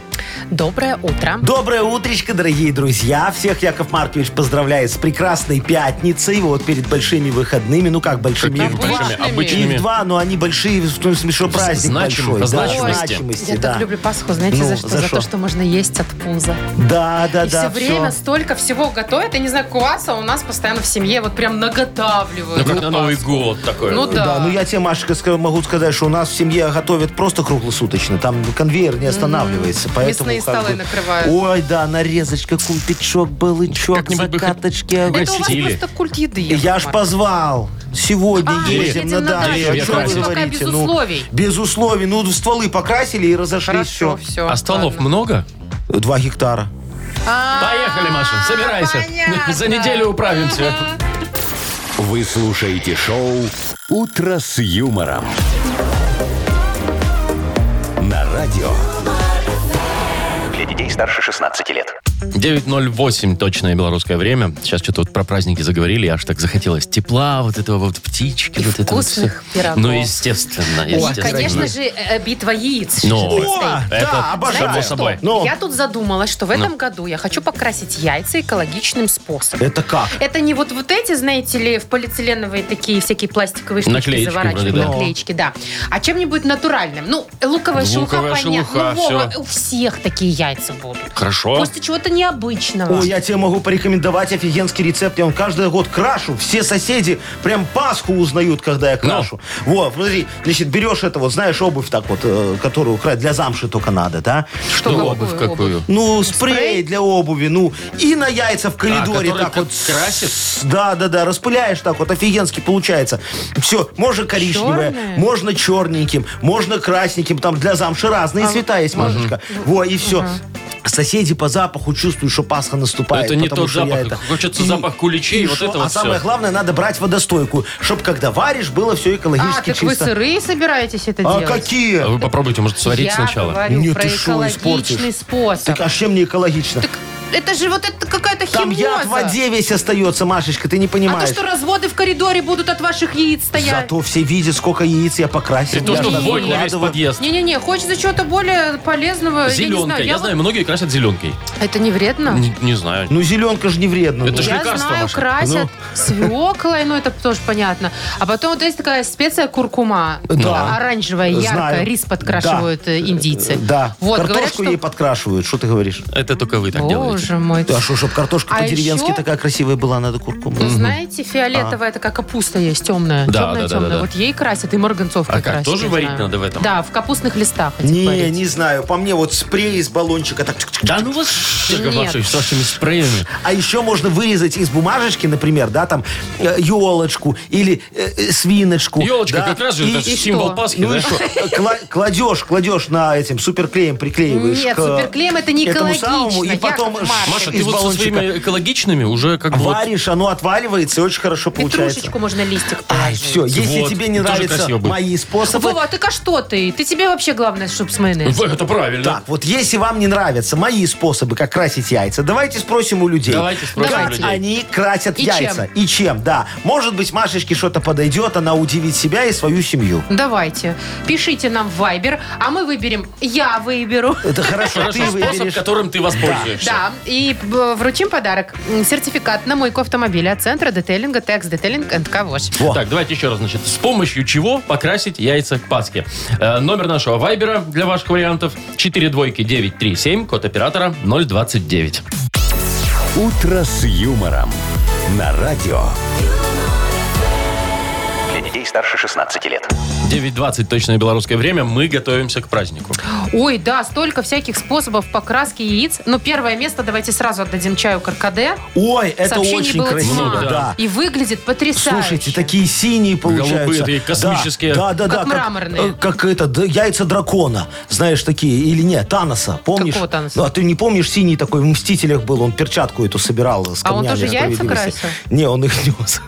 Доброе утро. Доброе утречко, дорогие друзья. Всех Яков Маркович поздравляет с прекрасной пятницей. Вот перед большими выходными. Ну как большими? Какими Их два. большими, Классными. обычными. а Их два, но они большие, в том смысле, что праздник значимых, о большой. Да, значимости. значимости, Я да. так люблю Пасху, знаете, Ну, за что? за За, что? то, что можно есть от пуза. Да, да, и да. все время всё. столько всего готовят. Я не знаю, кваса у нас постоянно в семье вот прям наготавливают. Ну, как на Новый Пасху. год такой. Ну да. Да. ну я тебе, Машечка, ска- могу сказать, что у нас в семье готовят просто круглосуточно. Там конвейер не останавливается. Поэтому Мясные как столы бы- накрывают. Ой, да, нарезочка, кулпичок, балычок, Как-нибудь бы хоть- закаточки. Это у вас Гостили. просто культ еды. Яков Я ж Маркович. позвал. Сегодня А, едем едем на на дачу. дачу. О чём Давайте вы пока говорите? без Ну, условий. без условий. Ну, столы покрасили и разошлись. Хорошо, Все. все. А столов много? Два гектара. Поехали, Маша, собирайся. понятно. За неделю управимся. Вы слушаете шоу «Утро с юмором». На радио Для детей старше 16 лет. 9.08 точное белорусское время. Сейчас что-то вот про праздники заговорили, аж так захотелось тепла, вот этого вот птички, И вот этого вкусных всё. пирогов. Ну, естественно, О, естественно. конечно же, э, битва яиц. Ну, Шестидесятый. О, Это да, обожаю. само собой. Ну. Ну, Я тут задумалась, что в этом году я хочу покрасить яйца экологичным способом. это как? Это не вот, вот эти, знаете ли, в полиэтиленовые такие всякие пластиковые штучки Наклеечки заворачивают, вроде, да. наклеечки, да. А чем-нибудь натуральным. Ну, луковая, Луковая шелуха, шелуха, понятно. Ну, Вова, всё. у всех такие яйца будут. Хорошо. Просто чего-то необычного. О, я тебе могу порекомендовать офигенский рецепт. Я вам каждый год крашу. Все соседи прям Пасху узнают, когда я крашу. Вот, смотри, значит, берешь это вот, знаешь, обувь так вот, э, которую укра- для замши только надо, да? Что, Ну, какую обувь обувь? какую? Ну, спрей, для обуви, ну, и на яйца в коридоре который так вот. как красит? с- Да, да, да, распыляешь так вот, офигенски получается. Все, можно коричневое, Чёрное? можно черненьким, можно красненьким, там для замши разные А, цвета есть, Машечка. Во, и все. Соседи по запаху чувствуют, что Пасха наступает. Это не потому тот что я запах. это- Хочется запах куличей, вот шо? это А вот самое всё. главное, надо брать водостойку, чтобы когда варишь, было все экологически А, так вы чисто. сырые собираетесь это а делать? какие? А Вы попробуйте, может, сварить я сначала. говорю Не, про ты шо, экологичный испортишь? способ. Так а чем не экологично? Так это же вот это какая-то Там химоза. яд в воде весь остается, Машечка, ты не А то, понимаешь. что разводы в коридоре будут от ваших яиц стоять. Зато все видят, сколько яиц я покрасил. И то, Я что же вонь на весь выкладываю. подъезд. Не-не-не, хочется чего-то более полезного. я не Зеленкой. знаю, Я вот- А. знаю, многие красят зеленкой. Это не вредно? Не не знаю. Ну, зеленка же не вредно. Это ну. ж Я лекарство знаю, ваше. Ну. красят свеклой, ну это тоже понятно. А потом вот есть такая специя куркума, Да. оранжевая, яркая, Ну, Знаю. рис подкрашивают э, индийцы. Э, Да. вот, говорят, Картошку что... ей подкрашивают. Что ты говоришь? Это только вы так делаете. Боже мой. Да что, чтобы картошка А по-деревенски еще- такая красивая была, надо куркуму. Вы знаете, фиолетовая такая капуста есть, темная. А. Да, темная, да, да, темная. да, да. Вот ей красят, и морганцовкой А как, красят, тоже я варить знаю. надо в этом? Да, в капустных листах этих Не, варить. не знаю. По мне вот спрей из баллончика. Так... тьк-тьк. Да ну вас, Яков Нет. Маркович, с вашими спреями. А еще можно вырезать из бумажечки, например, да, там, елочку или э, э, свиночку. Елочка да, как раз же и- это и же символ что? Пасхи. Ну да? и что? Кла- Кладешь, кладешь на этим суперклеем, приклеиваешь. Нет, к суперклеем это не этому экологично, самому, и потом Яков Маркович. Маша, ты из вот со баллончика своими экологичными уже как бы... вот- варишь, оно отваливается и очень хорошо получается. Петрушечку можно листик Ай, положить. все, если Вот, тебе не тоже нравятся красиво будет. мои способы, Вова, а ты-ка что ты? Ты тебе вообще главное, чтобы с майонезом. Вот Это правильно. Так, вот если вам не нравятся мои способы, как красить яйца, давайте спросим у людей. Давайте спросим как у людей. они красят И яйца. И чем, да. Может быть, Машечке что-то подойдет, она удивит себя и свою семью. Давайте. Пишите нам в Viber, а мы выберем. Я выберу. Это хорошо, Хорошо, ты способ, выберешь. которым ты воспользуешься. Да, и б, вручим подарок. М, Сертификат на мойку автомобиля от центра детейлинга Текс Детейлинг энд Кавош. Во. Так, давайте еще раз, значит, с помощью чего покрасить яйца к Пасхе. Э, номер нашего вайбера для ваших вариантов 4 двойки 937, код оператора 029. «Утро с юмором» на радио. Для детей старше 16 лет. 9.20 точное белорусское время, мы готовимся к празднику. Ой, да, столько всяких способов покраски яиц. Но первое место давайте сразу отдадим чаю каркаде. Ой, это Сообщений очень было красиво, тьма. да. И выглядит потрясающе. Слушайте, такие синие получаются. такие космические. Да, да, да. Как мраморные. э, Как это, да, яйца дракона. Знаешь, такие. Или нет, Таноса. Помнишь? Какого Таноса? Ну, а ты не помнишь, синий такой в «Мстителях» был. Он перчатку эту собирал с А он камнями. тоже яйца справедливости. красил? Не, он их *laughs* нес.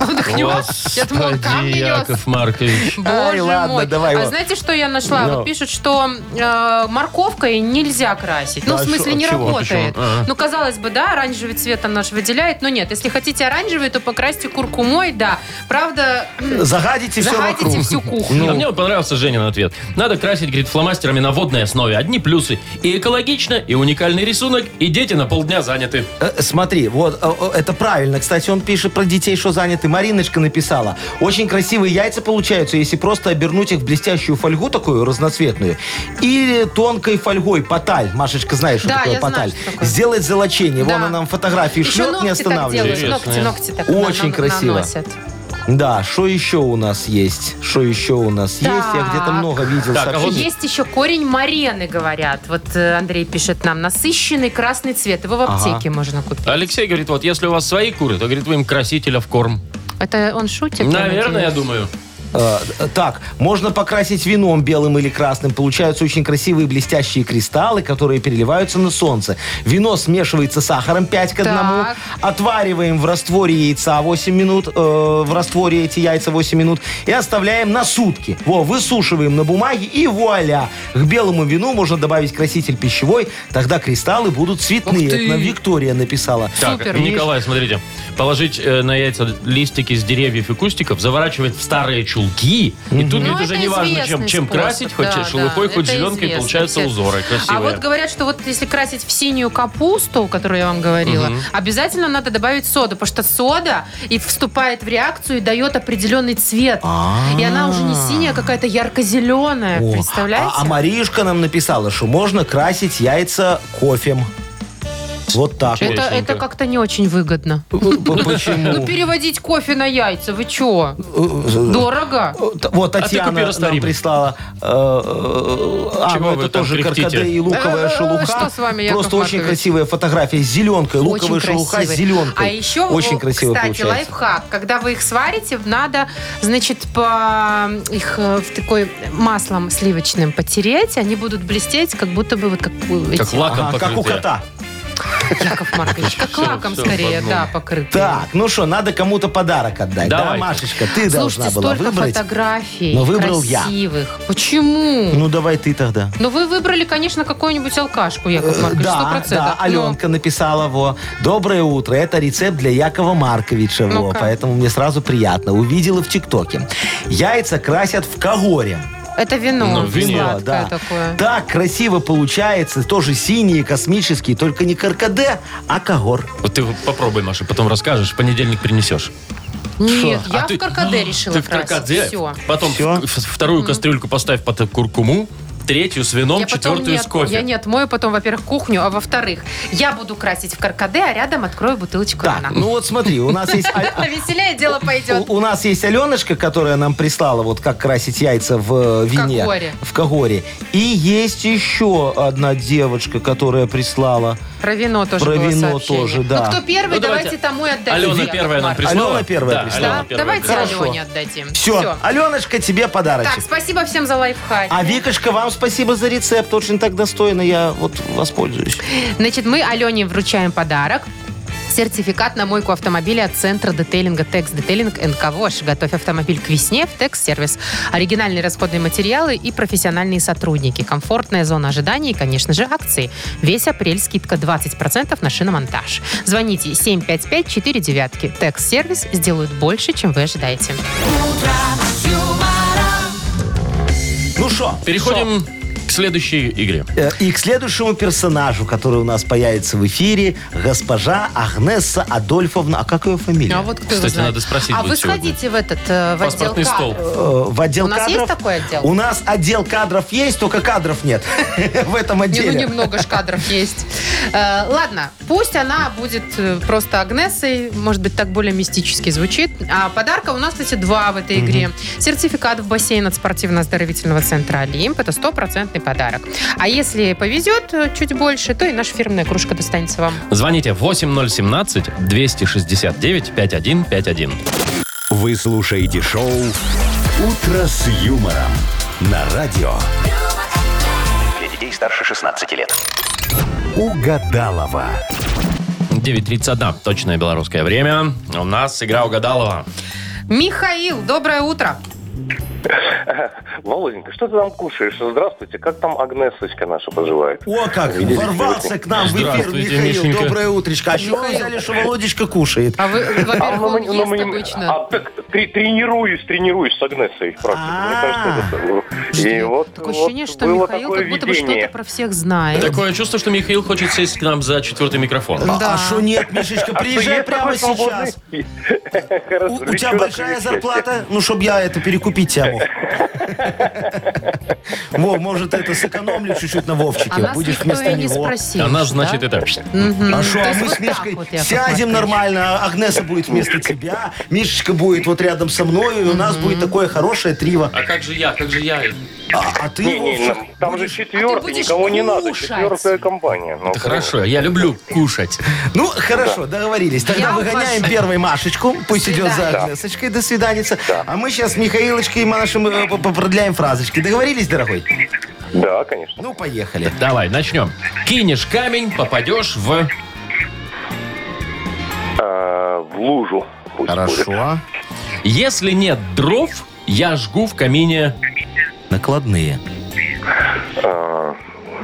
Он их нес. Я думала, камни Господи, нес. Яков Маркович. Боже Ай, ладно, мой. давай а его. знаете, что я нашла? Ну. Вот пишут, что э, морковкой нельзя красить. Ну, Да, в смысле, шо- не от чего? работает. Почему? Ага. Ну, казалось бы, да, оранжевый цвет он наш выделяет, но нет. Если хотите оранжевый, то покрасьте куркумой, да. Правда, м, Загадите все вокруг. Ну, загадите всю кухню. А мне вот понравился Женин ответ. Надо красить, говорит, фломастерами на водной основе. Одни плюсы. И экологично, и уникальный рисунок, и дети на полдня заняты. Э, Смотри, вот э, э, это правильно. Кстати, он пишет про детей, что заняты. Мариночка написала. Очень красивые яйца получаются, если просто обернуть их в блестящую фольгу такую разноцветную. Или тонкой фольгой, поталь. Машечка, знаешь, что Да, такое я знаю, поталь? что такое. Сделать золочение. Да. Вон она нам фотографии Еще шлет, не ногти так делают. останавливаясь. Ногти, Интересно. ногти так Очень на- на- красиво. наносят. Да, что еще у нас есть? Что еще у нас есть? Я где-то Так. много видел Так, а вот- сообщений. Есть еще корень марены, говорят. Вот э, Андрей пишет нам. Насыщенный красный цвет. Его в аптеке можно купить. Алексей говорит, вот если у вас свои куры, то, говорит, вы им красителя в корм. Это он шутит? я Наверное, я надеюсь? думаю. Э, так, можно покрасить вином белым или красным. Получаются очень красивые блестящие кристаллы, которые переливаются на солнце. Вино смешивается с сахаром 5 к 1. Так. Отвариваем в растворе яйца 8 минут, э, в растворе эти яйца 8 минут и оставляем на сутки. Во, высушиваем на бумаге и вуаля. К белому вину можно добавить краситель пищевой, тогда кристаллы будут цветные. Ух ты. Это нам Виктория написала. Так, Супер. Николай, смотрите. Положить э, на яйца листики с деревьев и кустиков, заворачивать в старые чулки. И тут Ну, это уже это не важно, чем, известный чем способ, красить, хоть да, шелухой, да, хоть это зеленкой, известно получаются всем. узоры красивые. А вот говорят, что вот если красить в синюю капусту, которую я вам говорила, обязательно надо добавить соду, потому что сода и вступает в реакцию и дает определенный цвет. И она уже не синяя, а какая-то ярко-зеленая. О, Э, Представляете? А, а Маришка нам написала, что можно красить яйца кофем. Вот так. Это, Интересненько. это как-то не очень выгодно. вот. П- Ну, Почему? Э, переводить кофе на яйца, вы чё? Дорого. Вот А ты купи Татьяна нам растворимый. прислала. э, э, А, Чего ну, вы это там тоже кряхтите? каркаде и луковая Э, шелуха. что с вами, Яков Просто очень Маркович? красивая фотография с зеленкой. Луковая Очень шелуха с красивый. зеленкой. А еще, очень о, красиво кстати, получается. лайфхак. Когда вы их сварите, надо, значит, по их э, в такой маслом сливочным потереть, они будут блестеть, как будто бы вот как, у Как этих- лаком Ага, как у покрытые. кота. *laughs* Яков Маркович, как Всё, лаком всё в скорее, одном. да, покрытые. Так, ну что, надо кому-то подарок отдать. Да, Давайте. Машечка, ты Слушайте, должна была столько выбрать. фотографий но выбрал я. красивых. Почему? Ну давай ты тогда. Но вы выбрали, конечно, какую-нибудь алкашку, Яков Маркович, сто Э, Да, да, процентов. Ну. Аленка написала во. Доброе утро. Это рецепт для Якова Марковича. во. Ну-ка. поэтому мне сразу приятно. Увидела в ТикТоке. Яйца красят в когоре. Ну, это вино, Ну, вино, сладкое да. такое. Так красиво получается. Тоже синие, космические. Только не каркаде, а когор. Вот ты попробуй, Маша, потом расскажешь, в понедельник принесешь. Нет, А я ты- в *gasps* каркаде решила Ты в красить. каркаде? Всё. Потом Всё. в- в- вторую кастрюльку поставь под куркуму, третью с вином, Я потом четвертую не с от- кофе. Я не отмою потом, во-первых, кухню, а во-вторых, я буду красить в каркаде, а рядом открою бутылочку Так, вина. ну вот смотри, у нас есть... а- *laughs* а- Веселее дело пойдет. *laughs* У, у нас есть Аленочка, которая нам прислала, вот как красить яйца в э, вине. когоре. В когоре. И есть еще одна девочка, которая прислала. Про вино тоже Про было вино сообщение. тоже, да. Ну, кто первый, Ну, давайте. давайте тому и отдадим. Алена Яков первая нам Маркович. прислала. Алена первая Да, прислала. Алена Да, первая давайте прислала. Хорошо. Алене отдадим. Все, Аленочка, тебе подарочек. Так, спасибо всем за лайфхак. А Викочка, вам спасибо за рецепт. Очень так достойно. Я вот воспользуюсь. Значит, мы Алене вручаем подарок. Сертификат на мойку автомобиля от центра детейлинга Текс Детейлинг НК «Вош». Готовь автомобиль к весне в Текс Сервис. Оригинальные расходные материалы и профессиональные сотрудники. Комфортная зона ожидания и, конечно же, акции. Весь апрель скидка 20% на шиномонтаж. Звоните 755-49. Текс Сервис сделают больше, чем вы ожидаете. Ну что? Переходим к следующей игре. И к следующему персонажу, который у нас появится в эфире, госпожа Агнесса Адольфовна. А как ее фамилия? А вот кто его Кстати, знает? надо спросить А будет вы сегодня. сходите в этот, э, в отдел Паспортный стол. кадров. Э, в отдел У нас кадров. есть такой отдел? У нас отдел кадров есть, только кадров нет *laughs* в этом Не, ну отделе. немного ж кадров есть. Э, Ладно, пусть она будет э, просто Агнесой, может быть, так более мистически звучит. А подарка у нас, кстати, два в этой игре. Сертификат в бассейн от спортивно-оздоровительного центра «Олимп» — это стопроцентный подарок. А если повезет э, чуть больше, то и наша фирменная кружка достанется вам. Звоните 8017-269-5151. Вы слушаете шоу «Утро с юмором» на радио Для детей старше 16 лет. «Угадалова». 9.31, точное белорусское время. У нас игра угадалова. Михаил, доброе утро. Володенька, что ты там кушаешь? Здравствуйте, как там Агнесочка наша поживает? О, как Видели ворвался сегодня? к нам в эфир Здравствуйте, Михаил. Мишенька. Доброе утречко. А чего вы взяли, что Володечка кушает? *laughs* А вы, А, во-первых, ну, он мы- ну, мы ест не- обычно. а, так тре- тренируюсь, тренируюсь с Агнесой в практике. А. Мне кажется, это- Жди. И вот Такое ощущение, вот что было Михаил такое как будто бы что-то видение. про всех знает. Такое чувство, что Михаил хочет сесть к нам за четвертый микрофон. А- Да. А что нет, Мишечка, *laughs* А что, приезжай есть прямо такой свободный? сейчас. Хорошо, У- У лечу тебя на большая крыльях. зарплата? Ну, чтобы я это перекупить тему. *laughs* Во, может, это сэкономлю чуть-чуть на А Вовчике. нас Будешь никто вместо и не него. спросил. Она, значит, да? это... Мгм. А что, То а есть мы вот с так Мишкой вот, Яков сядем Маркович. нормально, а Агнеса будет вместо тебя, Мишечка будет вот рядом со мной, и у нас будет такое хорошее триво. А как же я, как же я? А, а ты, Не, не, Вовчик, не, там же а ты четвертый, будешь никого не надо. кушать. Четвертая компания. Ну, Это хорошо, я люблю кушать. Ну, хорошо, договорились. Тогда Я выгоняем ухожу. первой Машечку. Пусть идет за Да. Агнесочкой. До свиданица. А мы сейчас с Михаилочкой и Машем э, п- п- продляем фразочки. Договорились, дорогой? Да, конечно. Ну, поехали. Давай, начнем. Кинешь камень, попадешь в... А, в лужу. Пусть будет. Если нет дров, я жгу в камине... Накладные. А,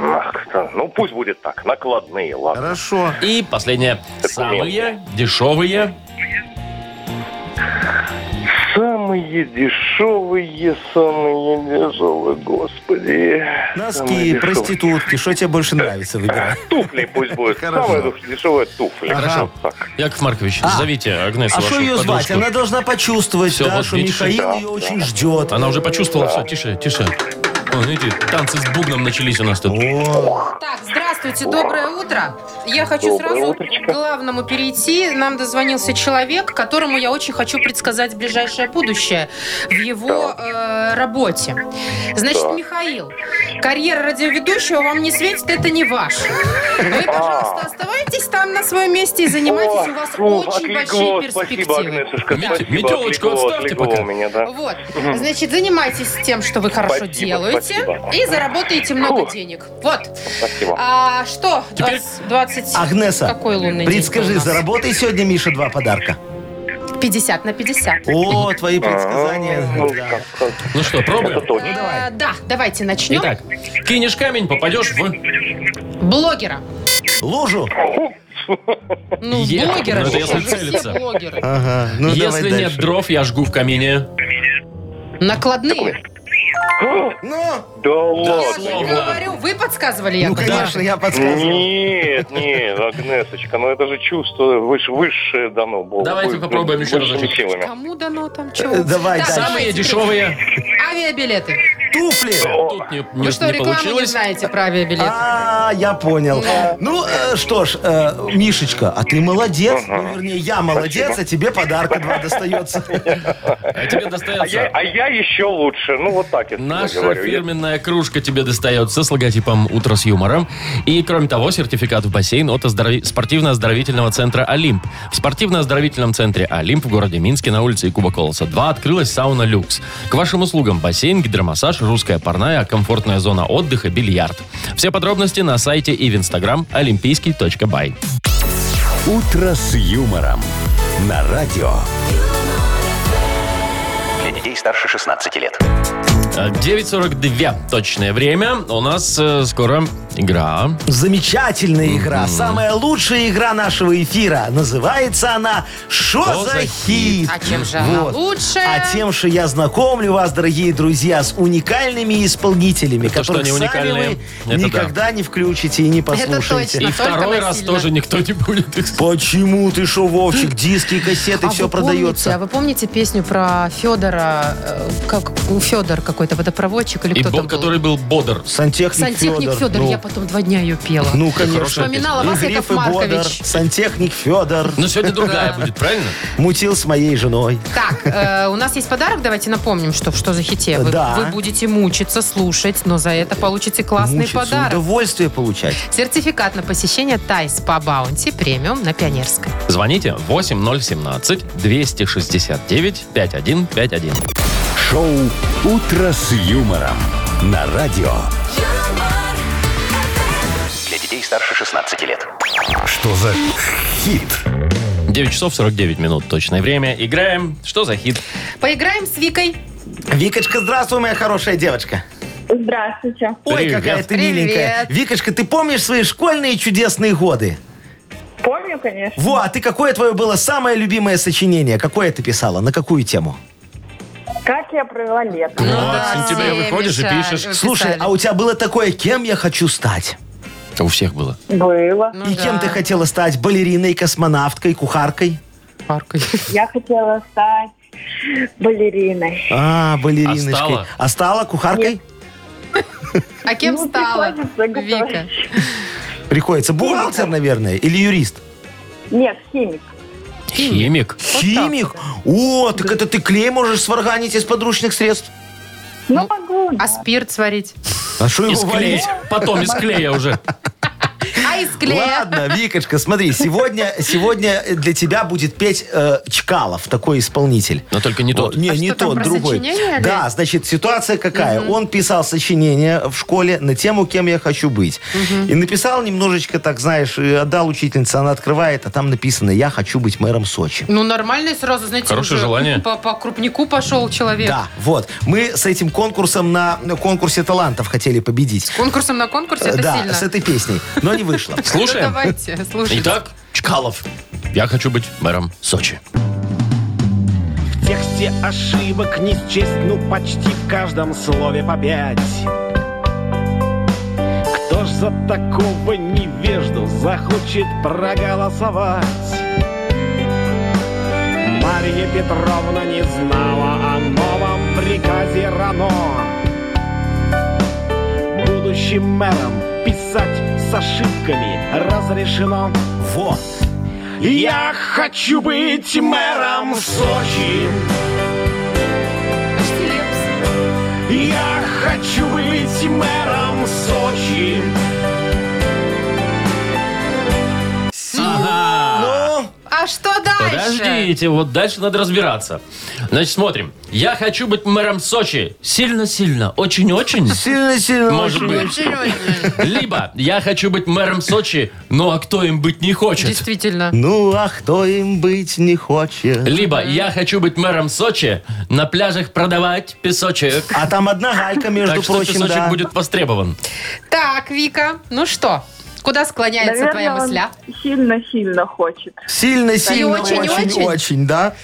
ах, как-то, ну, пусть будет так. Накладные, ладно. Хорошо. И последнее. Так, Самые дешевые... Самые дешевые, самые дешевые, господи. Самые Носки, дешевые. проститутки. Что тебе больше нравится выбирать? Туфли пусть будет. Хорошо. Самые дешевые туфли. Ага. Так. Яков Маркович, зовите Агнесу, А что вашу ее звать? подружку. Она должна почувствовать, Всё, да, вот что видишь, Михаил да, ее да. очень ждет. Она уже почувствовала. Все, тише, тише. О, видите, танцы с бубном начались у нас тут. Так, здравствуйте, доброе утро. Я хочу Доброе сразу к утречко. главному перейти. Нам дозвонился человек, которому я очень хочу предсказать ближайшее будущее в его э, работе. Значит, Так. Михаил, карьера радиоведущего вам не светит, это не ваше. Вы, пожалуйста, *laughs* оставайтесь там на своем месте и занимайтесь, у вас О, очень отлегло. большие Спасибо, перспективы. Агнесушка. Мете- Спасибо, метелочку отлегло, отставьте отлегло пока. у меня, да. Вот, значит, занимайтесь тем, что вы хорошо Спасибо, делаете, спасибо. и заработаете много Фух. денег. Вот. Спасибо. А что? Теперь- 20, 20... Агнеса, Какой лунный день у предскажи, нас? заработай сегодня, Миша, два подарка. 50 на 50. О, твои предсказания. Ну, да. как- как- Ну что, Это пробуем? точно. Э, да, давайте начнем. Итак, кинешь камень, попадешь Ну, в... Блогера. Лужу. Ну, Е, блогера ну, это же, если же целиться. все блогеры. Ага. Ну, давай Если нет дальше. дров, я жгу в камине. Накладные. Ну, Да Я же ладно. говорю, вы подсказывали, я ну конечно, я подсказываю. Нет, нет, Агнесочка, ну это же чувство выше, высшее дано Богу. Давайте Вы- попробуем еще высшими разочек. силами. Кому дано там Э, чего? давай Так, дальше. Самые давайте. дешевые. Авиабилеты. Туфли. Тут не, не- Вы Ну что, не рекламу не получилось. знаете про авиабилеты? А, я понял. Ну, э, что ж, э, Мишечка, а ты молодец. Ну, вернее, я молодец, а тебе подарка два достается. А тебе А я, достается... а я еще лучше, ну вот так я всегда Наша говорю. Я- фирменная кружка тебе достается с логотипом «Утро с юмором». И, кроме того, сертификат в бассейн от оздорови- спортивно-оздоровительного центра «Олимп». В спортивно-оздоровительном центре «Олимп» в городе Минске на улице Якуба Колоса 2 открылась сауна «Люкс». К вашим услугам бассейн, гидромассаж, русская парная, комфортная зона отдыха, бильярд. Все подробности на сайте и в инстаграм олимпийский.бай. «Утро с юмором» на радио. Для детей старше 16 лет. 9.42 точное время. У нас э, скоро игра. Замечательная игра. Самая лучшая игра нашего эфира. Называется она «Шо Что за за хит?». А чем же она Вот. лучшая? А тем, что я знакомлю вас, дорогие друзья, с уникальными исполнителями, Это что, которых они уникальные? сами вы Это да. никогда не включите и не послушаете. точно. И Только второй раз насильно. тоже никто не будет их Почему ты шо, Вовчик, диски, кассеты, А все вы помните- а продается? вы помните песню про Федора, э, как Федор какой-то водопроводчик или И кто бог, там был? который был бодр. Сантехник, Сантехник Федор. Федор, ну, я потом два дня ее пела. ну, конечно. хорошая Вспоминала вас, И Яков Гриф, и Бодор, Маркович. Сантехник Федор Но сегодня другая будет, правильно? мутил с моей женой. Так, э, у нас есть подарок, давайте напомним, что в что за хите. Вы, Да. вы будете мучиться, слушать, но за это получите классный Мучиться, ну, подарок. удовольствие получать. Сертификат на посещение Тайс по Баунти премиум на Пионерской. Звоните 8017-269-5151. Шоу «Утро с юмором» на радио. Для детей старше 16 лет. Что за хит? 9 часов 49 минут точное время. Играем. Что за хит? Поиграем с Викой. Викочка, здравствуй, моя хорошая девочка. Здравствуйте. Ой, Привет. какая ты Привет. миленькая. Викочка, ты помнишь свои школьные чудесные годы? Помню, конечно. Во, а ты какое твое было самое любимое сочинение? Какое ты писала? На какую тему? Как я провела лето. Ну, так в сентябре выходишь и пишешь. э, Слушай, а у тебя было такое, кем я хочу стать? У всех было. Было. Ну И кем ты хотела стать? Балериной, космонавткой, кухаркой? Я хотела стать балериной. А, балериночкой. А стала? А стала кухаркой? А кем Ну, стала? приходится готовить. Вика. Приходится. Бухгалтер, наверное, или юрист? Нет, химик. Химик. Химик? О, так это ты клей можешь сварганить из подручных средств. Ну, Ну, могу, да. А спирт сварить? А что Из клея. Потом из клея уже. А из клея? Ладно, Викочка, смотри, сегодня, сегодня для тебя будет петь э, Чкалов, такой исполнитель. Но только не тот. О, Не, А не что, там тот, про другой. сочинение, Да, Олег? значит, ситуация какая. Он писал сочинение в школе на тему «Кем я хочу быть». И написал немножечко, так знаешь, и отдал учительнице, она открывает, а там написано «Я хочу быть мэром Сочи». Ну, нормально сразу, знаете, Хорошее уже желание. По, по крупнику пошел человек. Да, вот. Мы с этим конкурсом на на конкурсе талантов хотели победить. Конкурсом на конкурсе это да, сильно. с этой песней, но не вышло. Ну, Слушаем. давайте, слушайте. Итак, Чкалов. Я хочу быть мэром Сочи. В тексте ошибок не счесть, ну почти в каждом слове по пять. Кто ж за такого невежду захочет проголосовать? Марья Петровна не знала о новом приказе Рано. Будущим мэром писать с ошибками разрешено. Во! Я хочу быть мэром Сочи. Я хочу быть мэром Сочи. Ну, А что дальше? Подождите, вот дальше надо разбираться. Значит, смотрим. Я хочу быть мэром Сочи. Сильно-сильно, очень-очень. сильно-сильно. Может очень. быть. Серьезно. Либо я хочу быть мэром Сочи, но а кто им быть не хочет. Действительно. Ну, а кто им быть не хочет? Либо я хочу быть мэром Сочи, на пляжах продавать песочек. А там одна галька, между Так что прочим, песочек да. будет востребован. Так, Вика, ну что? Куда склоняется твоя он мысля? сильно-сильно хочет. Сильно-сильно, И очень-очень? очень-очень, да.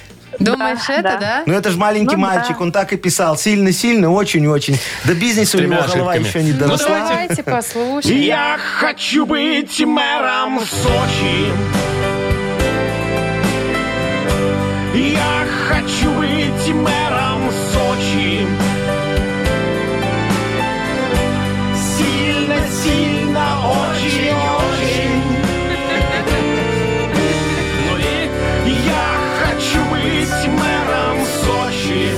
Думаешь, это, да? Ну это же маленький Ну да. мальчик, он так и писал. Сильно-сильно, очень-очень. До бизнеса у него тремя голова ошибками. еще не Ну, доросла. давайте послушаем. Я хочу быть мэром Сочи. Я хочу быть мэром Сочи. Сильно, сильно, очень, очень. Ну и я хочу быть мэром Сочи.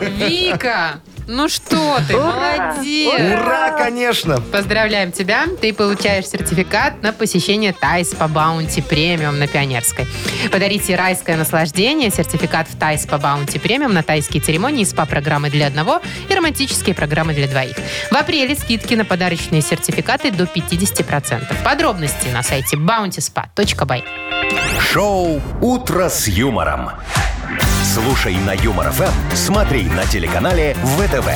Вика, ну что ты, молодец. Ура, конечно. Поздравляем тебя. Ты получаешь сертификат на посещение Тайс по Баунти Премиум на Пионерской. Подарите райское наслаждение, сертификат в Тайс по Баунти Премиум на тайские церемонии, СПА-программы для одного и романтические программы для двоих. В апреле скидки на подарочные сертификаты до 50%. Подробности на сайте bountyspa.by. Шоу «Утро с юмором». Слушай на Юмор ФМ, смотри на телеканале ВТВ.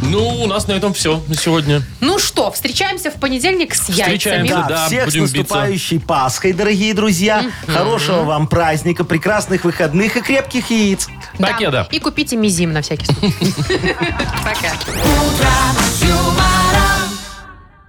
Ну, у нас на этом все на сегодня. Ну что, встречаемся в понедельник с Встречаемся. яйцами. Да, да, всех с будем биться. наступающей Пасхой, дорогие друзья. Хорошего вам праздника, прекрасных выходных и крепких яиц. Покеда. И купите мизим на всякий случай. Пока.